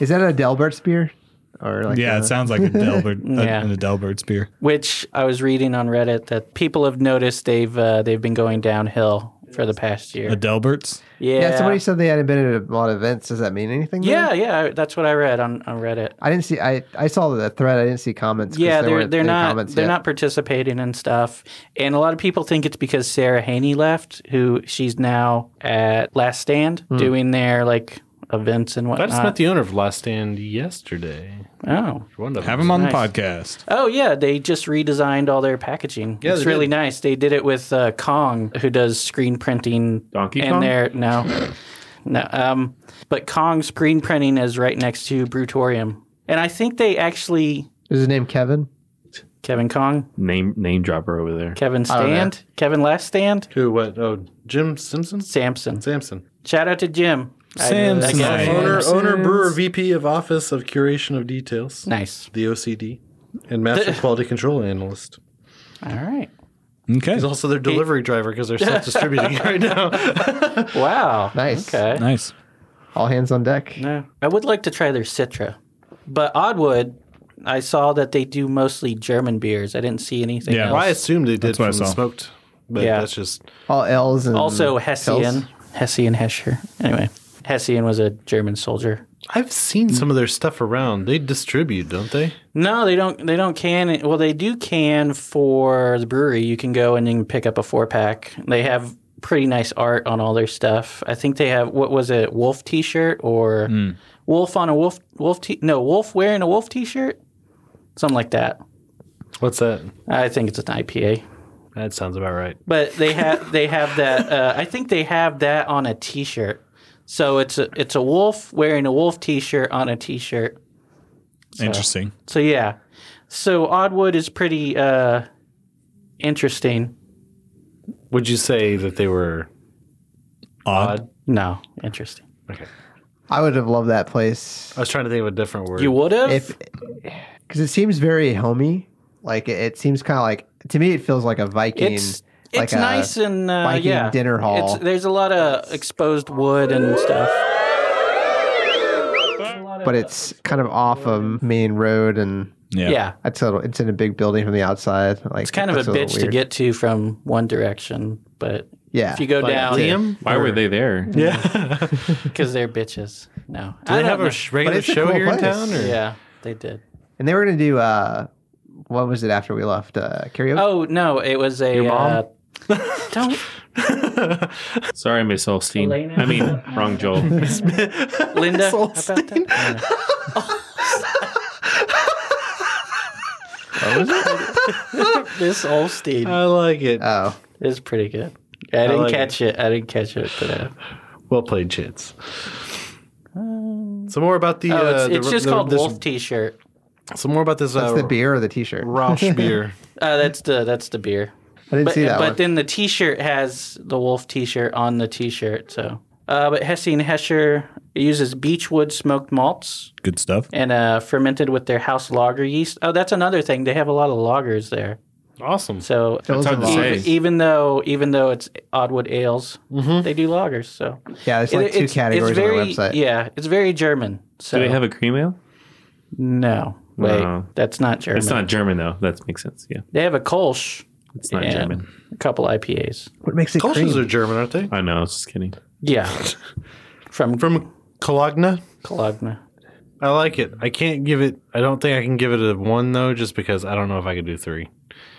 Speaker 4: Is that a Delbert's beer? Or like
Speaker 5: Yeah,
Speaker 4: a-
Speaker 5: it sounds like a Delbert, a-
Speaker 2: Uh, Yeah.
Speaker 5: an Adelbert spear.
Speaker 2: A, which I was reading on Reddit that people have noticed they've uh, they've been going downhill for the past year.
Speaker 5: Adelberts?
Speaker 2: Yeah.
Speaker 4: yeah. Somebody said they hadn't been at a lot of events. Does that mean anything? though?
Speaker 2: Yeah, yeah, I- that's what I read on, on Reddit.
Speaker 4: I didn't see. I I saw the thread. I didn't see comments. 'cause
Speaker 2: Yeah,
Speaker 4: there
Speaker 2: they're
Speaker 4: weren't
Speaker 2: they're
Speaker 4: any
Speaker 2: not
Speaker 4: comments
Speaker 2: they're
Speaker 4: yet.
Speaker 2: not participating in stuff, and a lot of people think it's because Sarah Haney left, who she's now at Last Stand
Speaker 4: Hmm.
Speaker 2: doing their like events and
Speaker 10: I
Speaker 2: whatnot.
Speaker 10: just met the owner of Last Stand yesterday.
Speaker 2: oh,
Speaker 10: One of
Speaker 5: Have
Speaker 10: them.
Speaker 5: him on
Speaker 2: Nice.
Speaker 5: the podcast.
Speaker 2: oh yeah, they just redesigned all their packaging.
Speaker 10: Yeah,
Speaker 2: it's
Speaker 10: they
Speaker 2: really
Speaker 10: did.
Speaker 2: nice. They did it with uh, Kong, who does screen printing.
Speaker 9: Donkey
Speaker 2: and
Speaker 9: Kong?
Speaker 2: their no, no. Um, but Kong screen printing is right next to Brutorium, and I think they actually
Speaker 4: Is his name Kevin?
Speaker 2: Kevin Kong.
Speaker 9: name name dropper over there.
Speaker 2: Kevin
Speaker 4: I don't know.
Speaker 2: Stand, Kevin Last Stand,
Speaker 10: Who? What? Oh, Jim Simpson?
Speaker 2: Samson.
Speaker 10: Samson.
Speaker 2: Shout out to Jim. I-
Speaker 5: Samson.
Speaker 2: I guess-
Speaker 5: Samson.
Speaker 10: Uh, Owner, owner, brewer, VP of Office of Curation of Details,
Speaker 2: Nice.
Speaker 10: the OCD, and Master Quality Control Analyst.
Speaker 2: All right.
Speaker 5: Okay.
Speaker 10: He's also their delivery driver because they're self-distributing right now.
Speaker 2: Wow.
Speaker 4: Nice.
Speaker 2: Okay.
Speaker 5: Nice.
Speaker 4: All hands on deck.
Speaker 2: No. I would like to try their Citra, but Oddwood, I saw that they do mostly German beers. I didn't see anything
Speaker 5: Yeah.
Speaker 2: else.
Speaker 10: Well, I assumed they did
Speaker 5: what I
Speaker 10: from the
Speaker 5: saw.
Speaker 10: smoked, but
Speaker 2: Yeah.
Speaker 10: that's just
Speaker 4: All L's and
Speaker 2: Also
Speaker 4: L's.
Speaker 2: Hessian. Hessian Hescher. Anyway, Hessian was a German soldier.
Speaker 10: I've seen some of their stuff around. They distribute, don't they?
Speaker 2: No, they don't. They don't can. it- Well, they do can for the brewery. You can go and you can pick up a four pack. They have pretty nice art on all their stuff. I think they have what was it, wolf T shirt or wolf on a wolf wolf t no wolf wearing a wolf T shirt, something like that.
Speaker 10: What's that?
Speaker 2: I think it's an IPA.
Speaker 10: That sounds about right.
Speaker 2: But they have they have that. Uh, I think they have that on a T shirt. So it's a it's a wolf wearing a wolf T shirt on a T shirt.
Speaker 5: Interesting.
Speaker 2: So yeah, so Oddwood is pretty uh, interesting.
Speaker 10: Would you say that they were
Speaker 5: Odd.
Speaker 10: odd?
Speaker 2: No, interesting.
Speaker 10: Okay.
Speaker 4: I would have loved that place
Speaker 10: I was trying to think of a different word.
Speaker 2: You would
Speaker 4: if
Speaker 2: have.
Speaker 4: because it seems very homey. Like it, it seems kind of like to me, it feels like a Viking.
Speaker 2: It's
Speaker 4: like
Speaker 2: it's
Speaker 4: a
Speaker 2: nice and uh,
Speaker 4: Viking
Speaker 2: yeah,
Speaker 4: dinner hall.
Speaker 2: It's, there's a lot of exposed wood and stuff.
Speaker 4: but it's kind of off a main road, and
Speaker 5: Yeah.
Speaker 2: Yeah,
Speaker 4: it's a, it's in a big building from the outside. Like
Speaker 2: it's kind of
Speaker 4: it looks
Speaker 2: a
Speaker 4: little
Speaker 2: bitch to
Speaker 4: weird.
Speaker 2: get to from one direction, but
Speaker 4: Yeah,
Speaker 2: if you go down,
Speaker 10: Liam?
Speaker 9: Why were they there?
Speaker 2: because they're bitches. No,
Speaker 10: Do
Speaker 2: I
Speaker 10: they
Speaker 2: don't
Speaker 10: have
Speaker 2: know.
Speaker 10: a sh- regular
Speaker 4: it's a
Speaker 10: show
Speaker 4: cool
Speaker 10: here in
Speaker 4: place.
Speaker 10: town? Or?
Speaker 2: yeah, they did.
Speaker 4: and they were gonna do uh, what was it after we left uh, karaoke?
Speaker 2: Oh no, it was a
Speaker 10: Your mom?
Speaker 2: uh, Don't.
Speaker 9: Sorry, Miss Holstein.
Speaker 2: Elena.
Speaker 9: I mean, wrong Joel.
Speaker 2: Linda, how about that? Miss Olstein
Speaker 10: I like it.
Speaker 4: Oh,
Speaker 2: is pretty good. I didn't
Speaker 10: like
Speaker 2: catch it. I didn't catch it, but uh,
Speaker 10: well played, Chits. Some more about the.
Speaker 2: oh, it's,
Speaker 10: uh, the-
Speaker 2: it's just
Speaker 10: the-
Speaker 2: called
Speaker 10: this,
Speaker 2: Wolf T-shirt.
Speaker 10: Some more about this.
Speaker 4: that's
Speaker 10: uh,
Speaker 4: Oh,
Speaker 2: Oh.
Speaker 4: the beer or the T-shirt. I
Speaker 10: Roush beer.
Speaker 2: Uh, that's the that's the beer.
Speaker 4: didn't
Speaker 2: But
Speaker 4: see that
Speaker 2: but
Speaker 4: one.
Speaker 2: then the T-shirt has the Wolf T-shirt on the T-shirt. So, uh, but Hesse and Hesher uses beechwood smoked malts
Speaker 5: Good stuff.
Speaker 2: and uh, fermented with their house lager yeast. Oh, that's another thing. They have a lot of lagers there.
Speaker 10: Awesome.
Speaker 2: So
Speaker 4: Those
Speaker 9: hard
Speaker 4: are
Speaker 9: to
Speaker 4: long.
Speaker 9: say.
Speaker 2: even, even though even though it's Oddwood Ales, they do lagers. So
Speaker 4: Yeah, there's Mm-hmm. like
Speaker 2: It-
Speaker 4: two categories
Speaker 2: very,
Speaker 4: on the website.
Speaker 2: Yeah, it's very German. So
Speaker 9: Do they have a cream ale?
Speaker 2: no? Wait,
Speaker 9: No.
Speaker 2: that's not German.
Speaker 9: It's not German though. That makes sense. Yeah,
Speaker 2: They have a Kolsch.
Speaker 9: it's not
Speaker 2: and
Speaker 9: German.
Speaker 2: A couple IPAs.
Speaker 4: What makes it
Speaker 10: Kolsch's
Speaker 4: cream?
Speaker 10: are German, aren't they?
Speaker 9: I know. I was just kidding.
Speaker 2: Yeah, from from
Speaker 10: From Cologne.
Speaker 2: Cologne.
Speaker 10: I like it. I can't give it. I don't think I can give it a one though, just because I don't know if I could do three.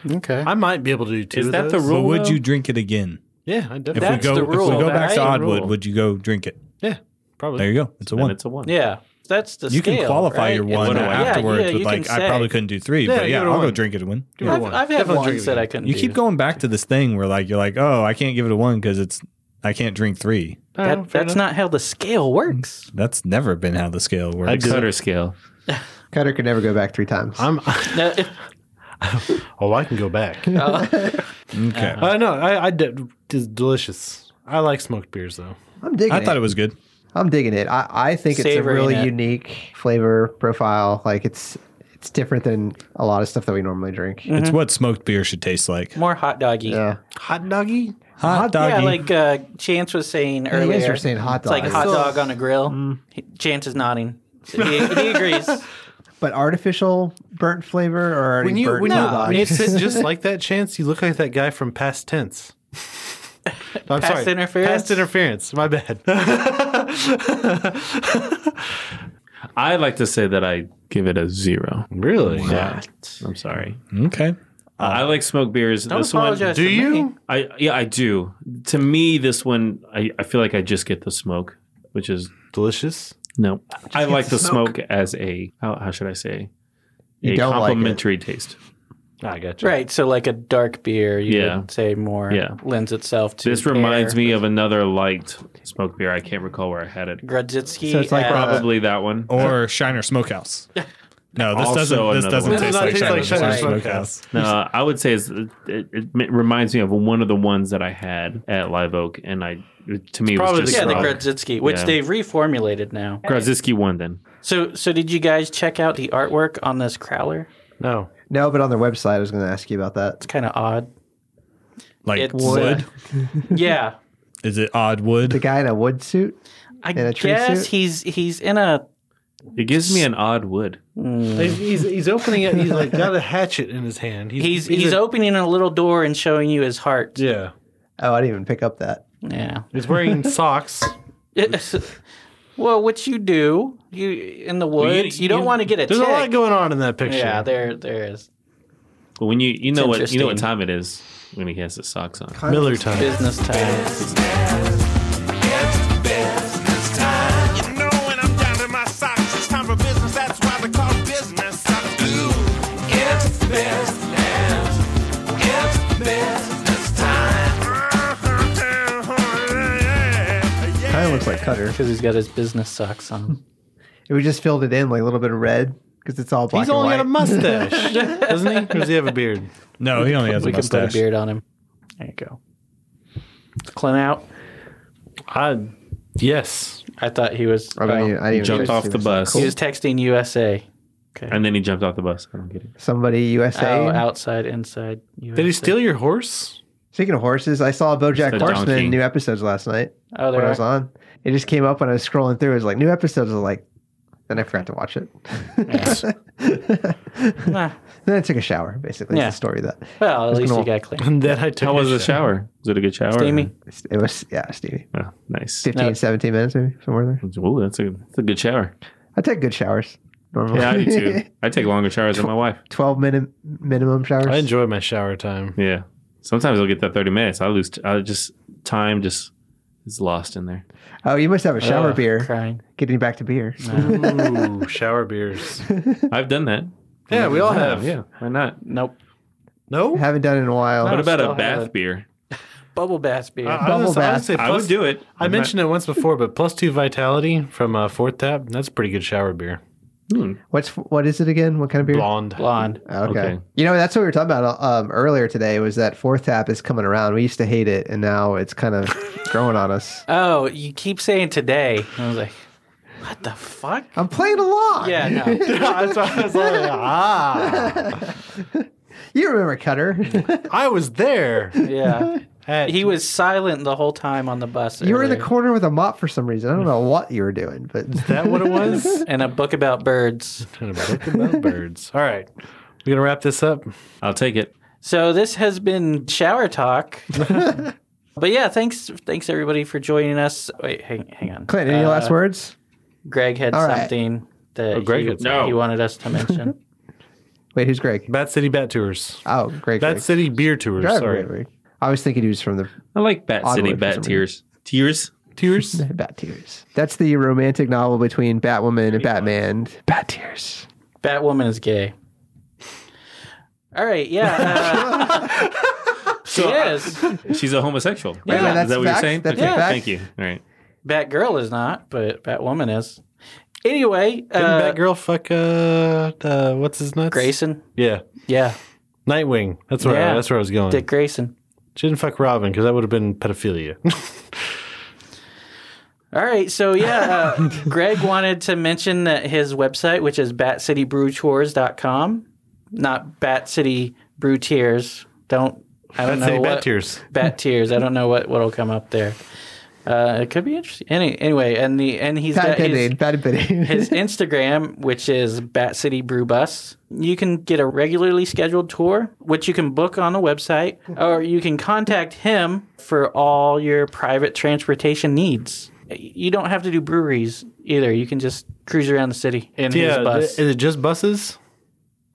Speaker 2: Okay,
Speaker 10: I might be able to do two.
Speaker 9: Is
Speaker 10: of
Speaker 9: that the
Speaker 10: those.
Speaker 9: rule?
Speaker 5: But would
Speaker 9: though?
Speaker 5: you drink it again?
Speaker 10: Yeah, I
Speaker 5: If
Speaker 10: definitely.
Speaker 5: we
Speaker 2: That's
Speaker 5: go,
Speaker 2: the
Speaker 5: if we
Speaker 2: rule.
Speaker 5: go back
Speaker 2: That's
Speaker 5: to
Speaker 2: the
Speaker 5: Oddwood,
Speaker 2: rule.
Speaker 5: would you go drink it?
Speaker 10: yeah, probably.
Speaker 5: There you go. It's a
Speaker 9: Then
Speaker 5: one.
Speaker 9: it's a one.
Speaker 2: yeah, that's the
Speaker 5: you
Speaker 2: scale,
Speaker 5: can qualify
Speaker 2: right?
Speaker 5: your
Speaker 2: It's-
Speaker 5: one
Speaker 2: yeah,
Speaker 5: afterwards
Speaker 2: yeah,
Speaker 5: with
Speaker 2: you
Speaker 5: like
Speaker 2: can
Speaker 5: I probably
Speaker 2: say-
Speaker 5: couldn't do three,
Speaker 10: Yeah,
Speaker 5: but
Speaker 10: you
Speaker 5: yeah,
Speaker 10: go to
Speaker 5: I'll go
Speaker 10: one.
Speaker 5: drink it one.
Speaker 10: Give it a
Speaker 2: I've,
Speaker 10: one.
Speaker 2: I've had
Speaker 10: Definitely drink
Speaker 2: ones
Speaker 10: it
Speaker 2: that
Speaker 10: again.
Speaker 2: I couldn't.
Speaker 5: You
Speaker 2: do.
Speaker 5: keep going back to this thing where like you're like, oh, I can't give it a one because it's I can't drink three.
Speaker 2: That,
Speaker 10: Oh,
Speaker 2: that's not how the scale works.
Speaker 5: That's never been how the scale
Speaker 9: The
Speaker 5: works.
Speaker 9: Cutter scale.
Speaker 4: Cutter could never go back three times.
Speaker 10: I'm.
Speaker 4: Mm.
Speaker 2: No,
Speaker 10: Oh, I can go back.
Speaker 2: Uh,
Speaker 5: Okay,
Speaker 10: I know. I. I did, it's delicious. I like smoked beers though.
Speaker 4: I'm digging.
Speaker 5: I
Speaker 4: it.
Speaker 5: thought it was good.
Speaker 4: I'm digging it. I, I think it's a
Speaker 2: Savoring
Speaker 4: really
Speaker 2: it.
Speaker 4: unique flavor profile. Like it's it's different than a lot of stuff that we normally drink.
Speaker 2: Mm.
Speaker 5: It's
Speaker 2: Mm-hmm.
Speaker 5: what smoked beer should taste like.
Speaker 2: more hot doggy.
Speaker 4: Yeah.
Speaker 10: Hot doggy.
Speaker 5: Hot doggy.
Speaker 2: Yeah, like uh, Chance was saying
Speaker 4: you
Speaker 2: earlier.
Speaker 4: guys were saying hot
Speaker 2: It's like
Speaker 4: dog.
Speaker 2: hot dog on a grill. He- Chance is nodding. He, he agrees.
Speaker 4: But artificial burnt flavor or already
Speaker 10: When you
Speaker 4: burnt
Speaker 10: when you,
Speaker 4: hot dog?
Speaker 10: when you sit just like that, chance you look like that guy from Past Tense. I'm
Speaker 2: Past
Speaker 10: sorry.
Speaker 2: Interference?
Speaker 10: Past interference. My bad.
Speaker 9: I like to say that I give it a zero.
Speaker 10: really?
Speaker 9: Yeah. I'm sorry.
Speaker 5: okay,
Speaker 9: I like smoked beers.
Speaker 2: Don't
Speaker 9: this one,
Speaker 2: apologize.
Speaker 10: Do
Speaker 2: to me.
Speaker 10: you?
Speaker 9: I yeah, I do. To me, this one, I, I feel like I just get the smoke, which is
Speaker 10: Delicious.
Speaker 9: no. I like the smoke. as a how, how should I say
Speaker 4: You
Speaker 9: a
Speaker 4: don't like it.
Speaker 9: complimentary taste.
Speaker 10: I got you.
Speaker 2: Right. So, like a dark beer, you
Speaker 9: Yeah.
Speaker 2: would say more
Speaker 9: Yeah.
Speaker 2: lends itself to.
Speaker 9: This reminds
Speaker 2: pear.
Speaker 9: me of another light smoked beer. I can't recall where I had it.
Speaker 2: Grudzitsky.
Speaker 4: So it's like uh,
Speaker 2: at-
Speaker 4: Rob-
Speaker 9: Probably that one.
Speaker 5: or Shiner Smokehouse. No, this
Speaker 9: Also
Speaker 5: doesn't. This
Speaker 9: another
Speaker 5: doesn't
Speaker 9: one.
Speaker 5: taste
Speaker 10: Does not
Speaker 5: like
Speaker 10: taste
Speaker 5: Shiner,
Speaker 10: like Shiner
Speaker 5: Smokehouse.
Speaker 9: No, Uh, I would say it's, it, it, it reminds me of one of the ones that I had at Live Oak, and I to me it was
Speaker 10: probably
Speaker 9: just
Speaker 10: the-
Speaker 2: yeah, the
Speaker 9: smoke.
Speaker 2: Grudzitsky, which
Speaker 9: Yeah.
Speaker 2: they've reformulated now.
Speaker 9: Grodzicki one then.
Speaker 2: So, so did you guys check out the artwork on this crowler?
Speaker 10: No.
Speaker 4: no, but on their website, I was going to ask you about that.
Speaker 2: It's kind of odd.
Speaker 5: Like
Speaker 2: It's,
Speaker 5: wood.
Speaker 2: yeah,
Speaker 5: Is it odd wood?
Speaker 4: The guy in a wood suit.
Speaker 2: I
Speaker 4: a tree
Speaker 2: guess
Speaker 4: suit?
Speaker 2: he's he's in a
Speaker 9: It gives me an odd wood.
Speaker 2: Mm.
Speaker 10: He's, he's, he's opening it. He's like got a hatchet in his hand.
Speaker 2: he's he's
Speaker 10: a-
Speaker 2: opening a little door and showing you his heart.
Speaker 10: Yeah.
Speaker 4: Oh, I didn't even pick up that.
Speaker 2: Yeah.
Speaker 10: He's wearing socks.
Speaker 2: well, what you do, you in the woods, you, don't want to get a
Speaker 10: There's a lot
Speaker 2: tick.
Speaker 10: going on in that picture.
Speaker 2: yeah, there there is
Speaker 9: But when you you know what you know what
Speaker 2: interesting.
Speaker 9: time it is when he has his socks on.
Speaker 10: Miller time.
Speaker 2: business time.
Speaker 11: You know when I'm down to my socks, it's time for business. That's why they call it business. I do. It's business. It's business time.
Speaker 4: Kind of looks like Cutter.
Speaker 2: Because he's got his business socks on.
Speaker 4: We just filled it in like a little bit of red because it's all black
Speaker 10: He's
Speaker 4: and
Speaker 10: only
Speaker 4: white.
Speaker 10: got a mustache, doesn't he? Or does he have a beard?
Speaker 5: no, he only has a
Speaker 2: we can put a
Speaker 5: mustache.
Speaker 2: beard on him. There you go. Clint out.
Speaker 10: I, yes.
Speaker 2: I thought he was.
Speaker 4: I
Speaker 2: oh,
Speaker 4: mean, I didn't
Speaker 9: Jumped
Speaker 4: even
Speaker 9: off
Speaker 4: see
Speaker 9: the
Speaker 4: this.
Speaker 9: bus,
Speaker 2: He was texting USA.
Speaker 9: and then he jumped off the bus. I don't get it.
Speaker 4: Somebody USA.
Speaker 2: Oh, outside, inside. USA.
Speaker 10: Did he steal your horse?
Speaker 4: Speaking of horses, I saw BoJack
Speaker 9: It's a donkey.
Speaker 4: Horseman new episodes last night
Speaker 2: Oh,
Speaker 4: when
Speaker 2: there
Speaker 4: I
Speaker 2: are.
Speaker 4: was on. It just came up when I was scrolling through. It was like new episodes. I was like, then I forgot to watch it.
Speaker 2: Nah.
Speaker 4: Then I took a shower. Basically,
Speaker 2: Yeah.
Speaker 4: it's the story of that
Speaker 2: Well, at least you
Speaker 4: normal.
Speaker 2: got clean.
Speaker 10: And then I took.
Speaker 9: How
Speaker 10: a
Speaker 9: was the
Speaker 10: shot.
Speaker 9: shower? Was it a good shower?
Speaker 2: Steamy.
Speaker 4: It's- it was yeah, Stevie.
Speaker 9: Oh, nice.
Speaker 4: 15,
Speaker 2: No.
Speaker 4: 17 minutes maybe somewhere there.
Speaker 9: Ooh, that's a that's a good shower.
Speaker 4: I take good showers normally.
Speaker 9: Yeah, I do too. I take longer showers than my wife.
Speaker 4: Twelve minute minimum showers.
Speaker 10: I enjoy my shower time.
Speaker 9: Yeah, Sometimes I'll get that 30 minutes. I lose, t- I just, time just is lost in there.
Speaker 4: Oh, you must have a shower
Speaker 9: Ugh,
Speaker 4: beer.
Speaker 2: Crying.
Speaker 4: Getting back to beer.
Speaker 10: Ooh, shower beers.
Speaker 9: I've done that. Oh,
Speaker 10: Yeah, we all have.
Speaker 9: Yeah, why not?
Speaker 2: Nope.
Speaker 10: No?
Speaker 4: Haven't done it in a while.
Speaker 9: what about
Speaker 2: still
Speaker 9: a
Speaker 2: have
Speaker 9: bath
Speaker 2: it.
Speaker 9: beer?
Speaker 2: Bubble bath beer.
Speaker 10: I- I
Speaker 4: Bubble
Speaker 10: was- I,
Speaker 4: bath.
Speaker 10: say
Speaker 9: I would do it.
Speaker 10: I
Speaker 9: I'm not-
Speaker 10: mentioned it once before, but plus two vitality from uh, Fourth Tap. That's a pretty good shower beer.
Speaker 4: What's what is it again? What kind of beer?
Speaker 10: Blonde.
Speaker 2: Blonde.
Speaker 4: Okay.
Speaker 9: Okay.
Speaker 4: You know, that's what we were talking about um, earlier today was that fourth tap is coming around. We used to hate it, and now it's kind of growing on us.
Speaker 2: Oh, you keep saying today. I was like, what the fuck?
Speaker 4: I'm playing along.
Speaker 2: Yeah, no.
Speaker 10: That's why I was like, ah.
Speaker 4: You remember Cutter.
Speaker 10: I was there.
Speaker 2: Yeah.
Speaker 10: At,
Speaker 2: He was silent the whole time on the bus.
Speaker 4: you were in the
Speaker 2: earlier.
Speaker 4: corner with a mop for some reason. I don't know what you were doing, but
Speaker 10: that what it was?
Speaker 2: and a book about birds.
Speaker 10: And a book about birds. All right. We gonna wrap this up.
Speaker 9: I'll take it.
Speaker 2: So this has been shower talk. but yeah, thanks, thanks everybody for joining us. Wait, hang, hang on.
Speaker 4: Clint, any
Speaker 2: Uh,
Speaker 4: last words?
Speaker 2: Greg had
Speaker 4: All right.
Speaker 2: something that
Speaker 10: Oh, Greg
Speaker 2: he,
Speaker 10: had
Speaker 9: something.
Speaker 2: he
Speaker 9: No.
Speaker 2: wanted us to mention.
Speaker 4: Wait, who's Greg?
Speaker 10: Bat City Bat Tours.
Speaker 4: Oh, Greg.
Speaker 10: Bat
Speaker 4: Greg.
Speaker 10: City Beer Tours.
Speaker 4: Driver,
Speaker 10: sorry.
Speaker 4: Greg, Greg. I was thinking he was from the
Speaker 9: I like Bat
Speaker 4: Onward
Speaker 9: City
Speaker 4: for some
Speaker 9: Bat
Speaker 4: reason.
Speaker 9: Tears. Tears?
Speaker 10: Tours.
Speaker 4: Bat Tears. That's the romantic novel between Batwoman and Batman. Bat Tears.
Speaker 2: Batwoman is gay. All right, yeah. Uh, she is.
Speaker 9: She's a homosexual.
Speaker 4: Wait, wait, that's
Speaker 9: is that what
Speaker 4: facts?
Speaker 9: you're saying?
Speaker 4: That's
Speaker 9: okay,
Speaker 4: a fact.
Speaker 9: thank you. All right.
Speaker 2: Batgirl is not, but Batwoman is. Anyway,
Speaker 10: Didn't
Speaker 2: uh,
Speaker 10: that girl fuck uh, uh what's his nuts?
Speaker 2: Grayson.
Speaker 10: Yeah.
Speaker 2: Yeah,
Speaker 10: Nightwing. That's where
Speaker 2: Yeah.
Speaker 10: I, that's where I was going.
Speaker 2: Dick Grayson.
Speaker 10: She didn't fuck Robin because that would have been pedophilia.
Speaker 2: All right, so yeah, uh, Greg wanted to mention that his website, which is batcitybrewtours.com, not Bat City Brew Tears. Don't I don't
Speaker 10: Bat
Speaker 2: know
Speaker 10: City
Speaker 2: what
Speaker 10: Bat Tears.
Speaker 2: Bat Tears. I don't know what what'll come up there. Uh, it could be interesting. Any, anyway, and the and he's
Speaker 4: Bad
Speaker 2: got his,
Speaker 4: Pending. Bad Pending.
Speaker 2: his Instagram, which is Bat City Brew Bus. You can get a regularly scheduled tour, which you can book on the website, or you can contact him for all your private transportation needs. You don't have to do breweries either. You can just cruise around the city in his
Speaker 10: yeah.
Speaker 2: bus.
Speaker 10: Is it just buses?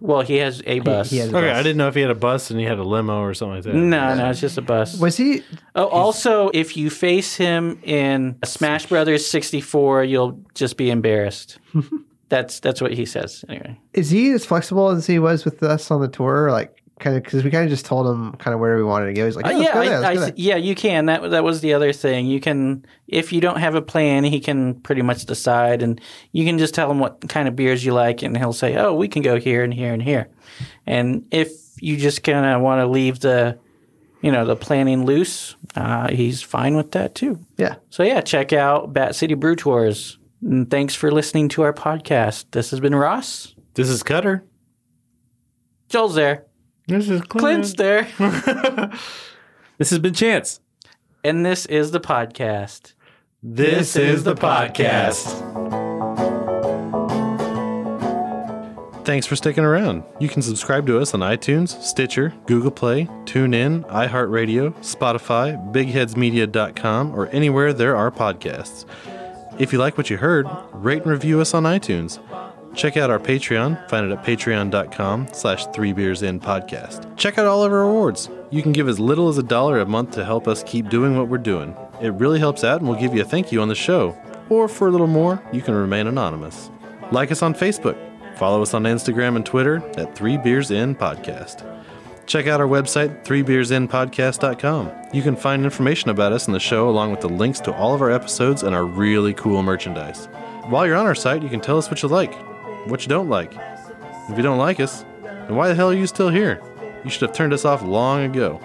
Speaker 2: well, he has a bus. Mm.
Speaker 4: he has a
Speaker 10: Okay,
Speaker 4: Bus.
Speaker 10: I didn't know if he had a bus and he had a limo or something like that.
Speaker 2: no, no, it's just a bus.
Speaker 4: Was he?
Speaker 2: oh, also, if you face him in Smash Brothers 64, you'll just be embarrassed. that's that's what he says. Anyway.
Speaker 4: Is he as flexible as he was with us on the tour? Like, kind of because we kind of just told him kind of where we wanted to go. He's like,
Speaker 2: Uh,
Speaker 4: yeah, let's
Speaker 2: yeah,
Speaker 4: go there,
Speaker 2: I, I,
Speaker 4: let's go
Speaker 2: s-
Speaker 4: there."
Speaker 2: yeah, you can. That that was the other thing. You can, if you don't have a plan, he can pretty much decide, and you can just tell him what kind of beers you like, and he'll say, "Oh, we can go here and here and here." And if you just kind of want to leave the, you know, the planning loose, uh, he's fine with that too.
Speaker 4: yeah.
Speaker 2: So yeah, check out Bat City Brew Tours. And thanks for listening to our podcast. This has been Ross.
Speaker 10: This is Cutter.
Speaker 2: Joel's there.
Speaker 10: This is
Speaker 2: Clint's there.
Speaker 9: This has been Chance.
Speaker 2: and this is the podcast.
Speaker 10: This is the podcast. Thanks for sticking around. You can subscribe to us on iTunes, Stitcher, Google Play, TuneIn, iHeartRadio, Spotify, BigHeadsMedia.com, or anywhere there are podcasts. If you like what you heard, rate and review us on iTunes. Check out our Patreon. Find it at patreon.com slash three beers in podcast. Check out all of our awards. You can give as little as a dollar a month to help us keep doing what we're doing. It really helps out and we'll give you a thank you on the show. Or for a little more, you can remain anonymous. Like us on Facebook. Follow us on Instagram and Twitter at Three Beers In Podcast. Check out our website, threebeersinpodcast.com. You can find information about us and the show, along with the links to all of our episodes and our really cool merchandise. While you're on our site, you can tell us what you like, what you don't like. If you don't like us, then why the hell are you still here? You should have turned us off long ago.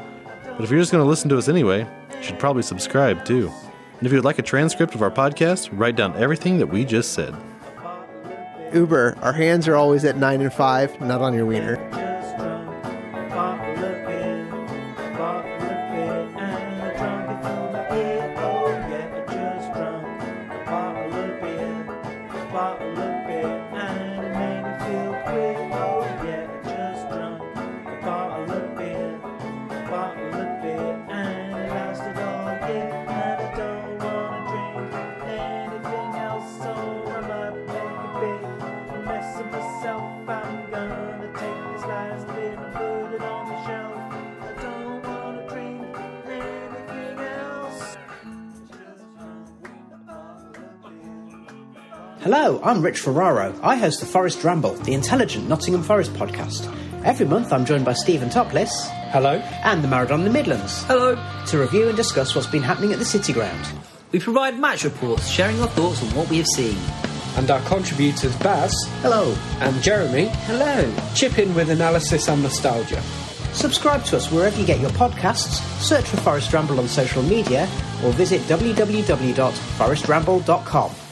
Speaker 10: But if you're just going to listen to us anyway, you should probably subscribe too. And if you would like a transcript of our podcast, write down everything that we just said.
Speaker 4: Uber. Our hands are always at nine and five, not on your wiener.
Speaker 8: Oh, Oh,
Speaker 11: I'm gonna take this last bit and put it on the shelf. I don't wanna
Speaker 12: Hello, I'm Rich Ferraro. I host the Forest Ramble, the intelligent Nottingham Forest podcast. Every month I'm joined by Stephen Topless. Hello. And the Maradon in the Midlands. Hello. To review and discuss what's been happening at the City Ground. We provide match reports, sharing our thoughts on what we have seen.
Speaker 13: And our contributors Baz. Hello. And Jeremy. Hello. Chip in with analysis and nostalgia.
Speaker 12: Subscribe to us wherever you get your podcasts, search for Forest Ramble on social media, or visit www.forestramble.com.